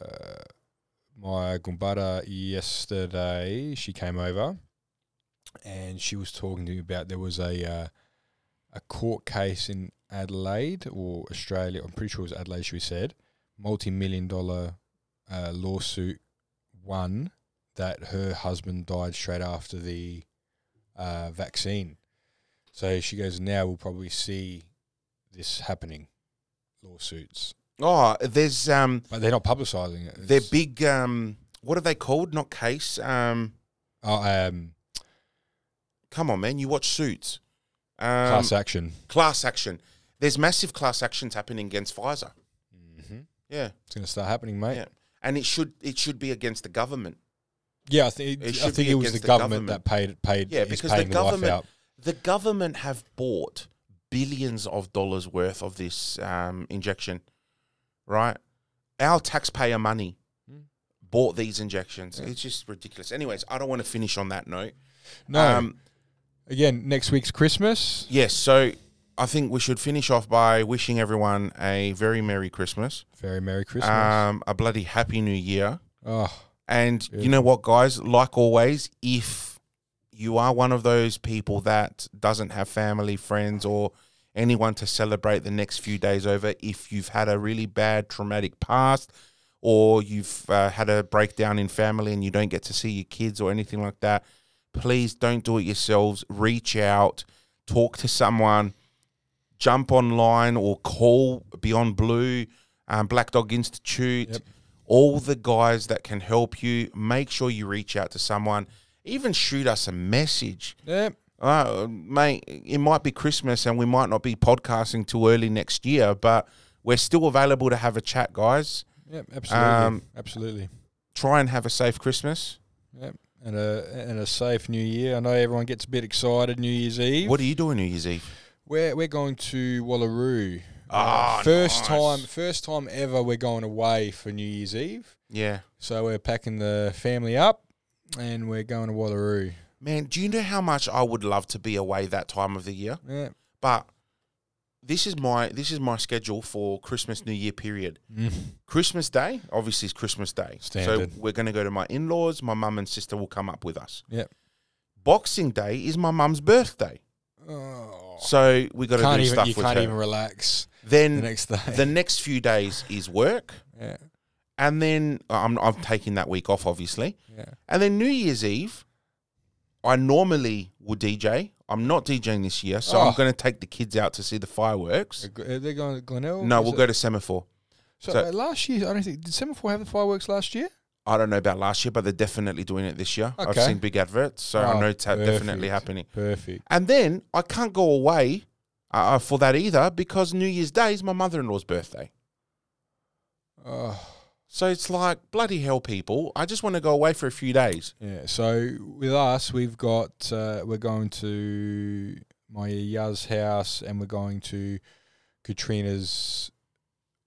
my Gumbada yesterday. She came over, and she was talking to me about there was a uh, a court case in Adelaide or Australia. I'm pretty sure it was Adelaide. She said multi million dollar uh, lawsuit won that her husband died straight after the uh, vaccine. So she goes, now we'll probably see this happening, lawsuits. Oh, there's um, But they're not publicising it. they're It's- big um, what are they called? Not case. Um, oh, um, come on, man, you watch Suits. Um, class action. class action. There's massive class actions happening against Pfizer. Mhm. Yeah, It's going to start happening, mate. yeah, Yeah, and it should it should be against the government. I think It it, I should think be it was against the the government, government. that paid paid Yeah, is because the paying the, life government out. the government have bought billions of dollars worth of this um, injection, right? Our taxpayer money Hmm. bought these injections. It's just ridiculous. Anyways, I don't want to finish on that note. No, um, again, next week's Christmas. yes, so I think we should finish off by wishing everyone a very merry Christmas, Very merry Christmas. um, a bloody happy New Year. oh, And you know what, guys? Like always, if you are one of those people that doesn't have family, friends, or anyone to celebrate the next few days over, if you've had a really bad traumatic past, or you've uh, had a breakdown in family and you don't get to see your kids or anything like that, please don't do it yourselves. Reach out, talk to someone jump online or call Beyond Blue, um, Black Dog Institute, all the guys that can help you. Make sure you reach out to someone. Even shoot us a message. yeah. Uh, mate, it might be Christmas and we might not be podcasting till early next year, but we're still available to have a chat, guys. Yep, absolutely, Um, absolutely. Try and have a safe Christmas. Yep, and a and a safe New Year. I know everyone gets a bit excited New Year's Eve. What are you doing New Year's Eve? We're we're going to Wallaroo. Ah, first nice. time, first time ever. We're going away for New Year's Eve. Yeah. So we're packing the family up, and we're going to Wallaroo. Man, do you know how much I would love to be away that time of the year? Yeah, but this is my this is my schedule for Christmas New Year period. Christmas Day obviously is Christmas Day, Mm. Standard. so we're going to go to my in laws. My mum and sister will come up with us. yeah. Boxing Day is my mum's birthday, Oh, so we got to do can't even stuff you with can't her. even relax. then the next day. the next few days is work, Yeah, and then uh, I'm I'm taking that week off, obviously, yeah. and then New Year's Eve. I normally would DJ. I'm not DJing this year, so Oh. I'm going to take the kids out to see the fireworks. Are they going to Glenelg? No, Is we'll it- go to Semaphore. So, so- uh, last year, I don't think did Semaphore have the fireworks last year? I don't know about last year, but they're definitely doing it this year. I've Okay. seen big adverts, so I Oh, know it's ha- definitely perfect. happening. Perfect. And then I can't go away uh, for that either because New Year's Day is my mother in law's birthday. Oh, So it's like bloody hell, people. I just want to go away for a few days. Yeah. So with us, we've got uh, we're going to my Yaz house, and we're going to Katrina's.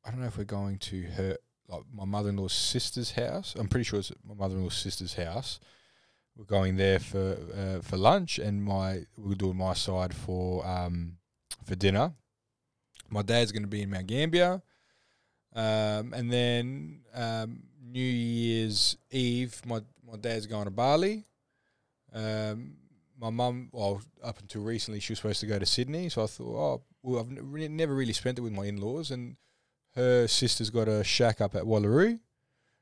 I don't know if we're going to her like my mother in law's sister's house. I'm pretty sure it's my mother in law's sister's house. We're going there for uh, for lunch, and my we're doing my side for um for dinner. My dad's going to be in Mount Gambier. Um, and then um, New Year's Eve, my, my dad's going to Bali. Um, my mum, well, up until recently, she was supposed to go to Sydney. So I thought, oh, well, I've n- re- never really spent it with my in laws. And her sister's got a shack up at Wallaroo.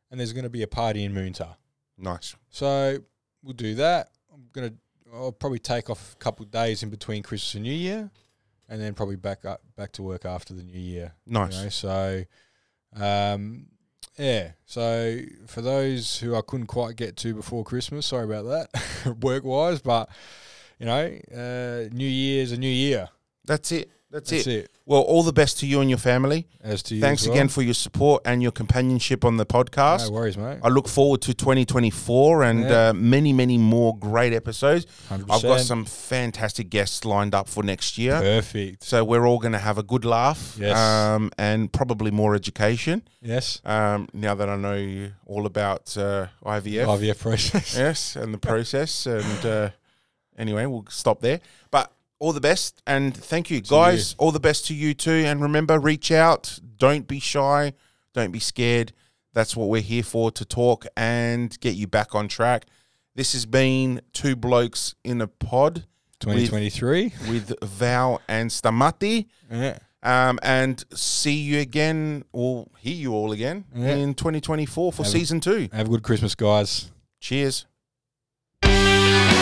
And there's going to be a party in Moonta. Nice. So we'll do that. I'm gonna. I'll probably take off a couple of days in between Christmas and New Year, and then probably back up back to work after the New Year. you Nice. know, So, um, yeah. So for those who I couldn't quite get to before Christmas, sorry about that, work wise, but you know, uh, New Year's a new year. That's it. That's, That's it. it. Well, all the best to you and your family. As to you, Thanks as well. again for your support and your companionship on the podcast. No worries, mate. I look forward to 2024 and Yeah. uh, many, many more great episodes. i have got 100%. some fantastic guests lined up for next year. Perfect. So we're all going to have a good laugh Yes. um, and probably more education Yes. um, now that I know all about uh, IVF. IVF process. Yes, and the process. And uh, anyway, we'll stop there. But all the best and thank you, guys. All the best to you too. And remember, reach out. Don't be shy. Don't be scared. That's what we're here for to talk and get you back on track. This has been Two Blokes in a Pod Twenty twenty three. with Val and Stamati. Yeah. Um, and see you again, or hear you all again Yeah. in 2024 for season two. Have a good Christmas, guys. Cheers. Bye.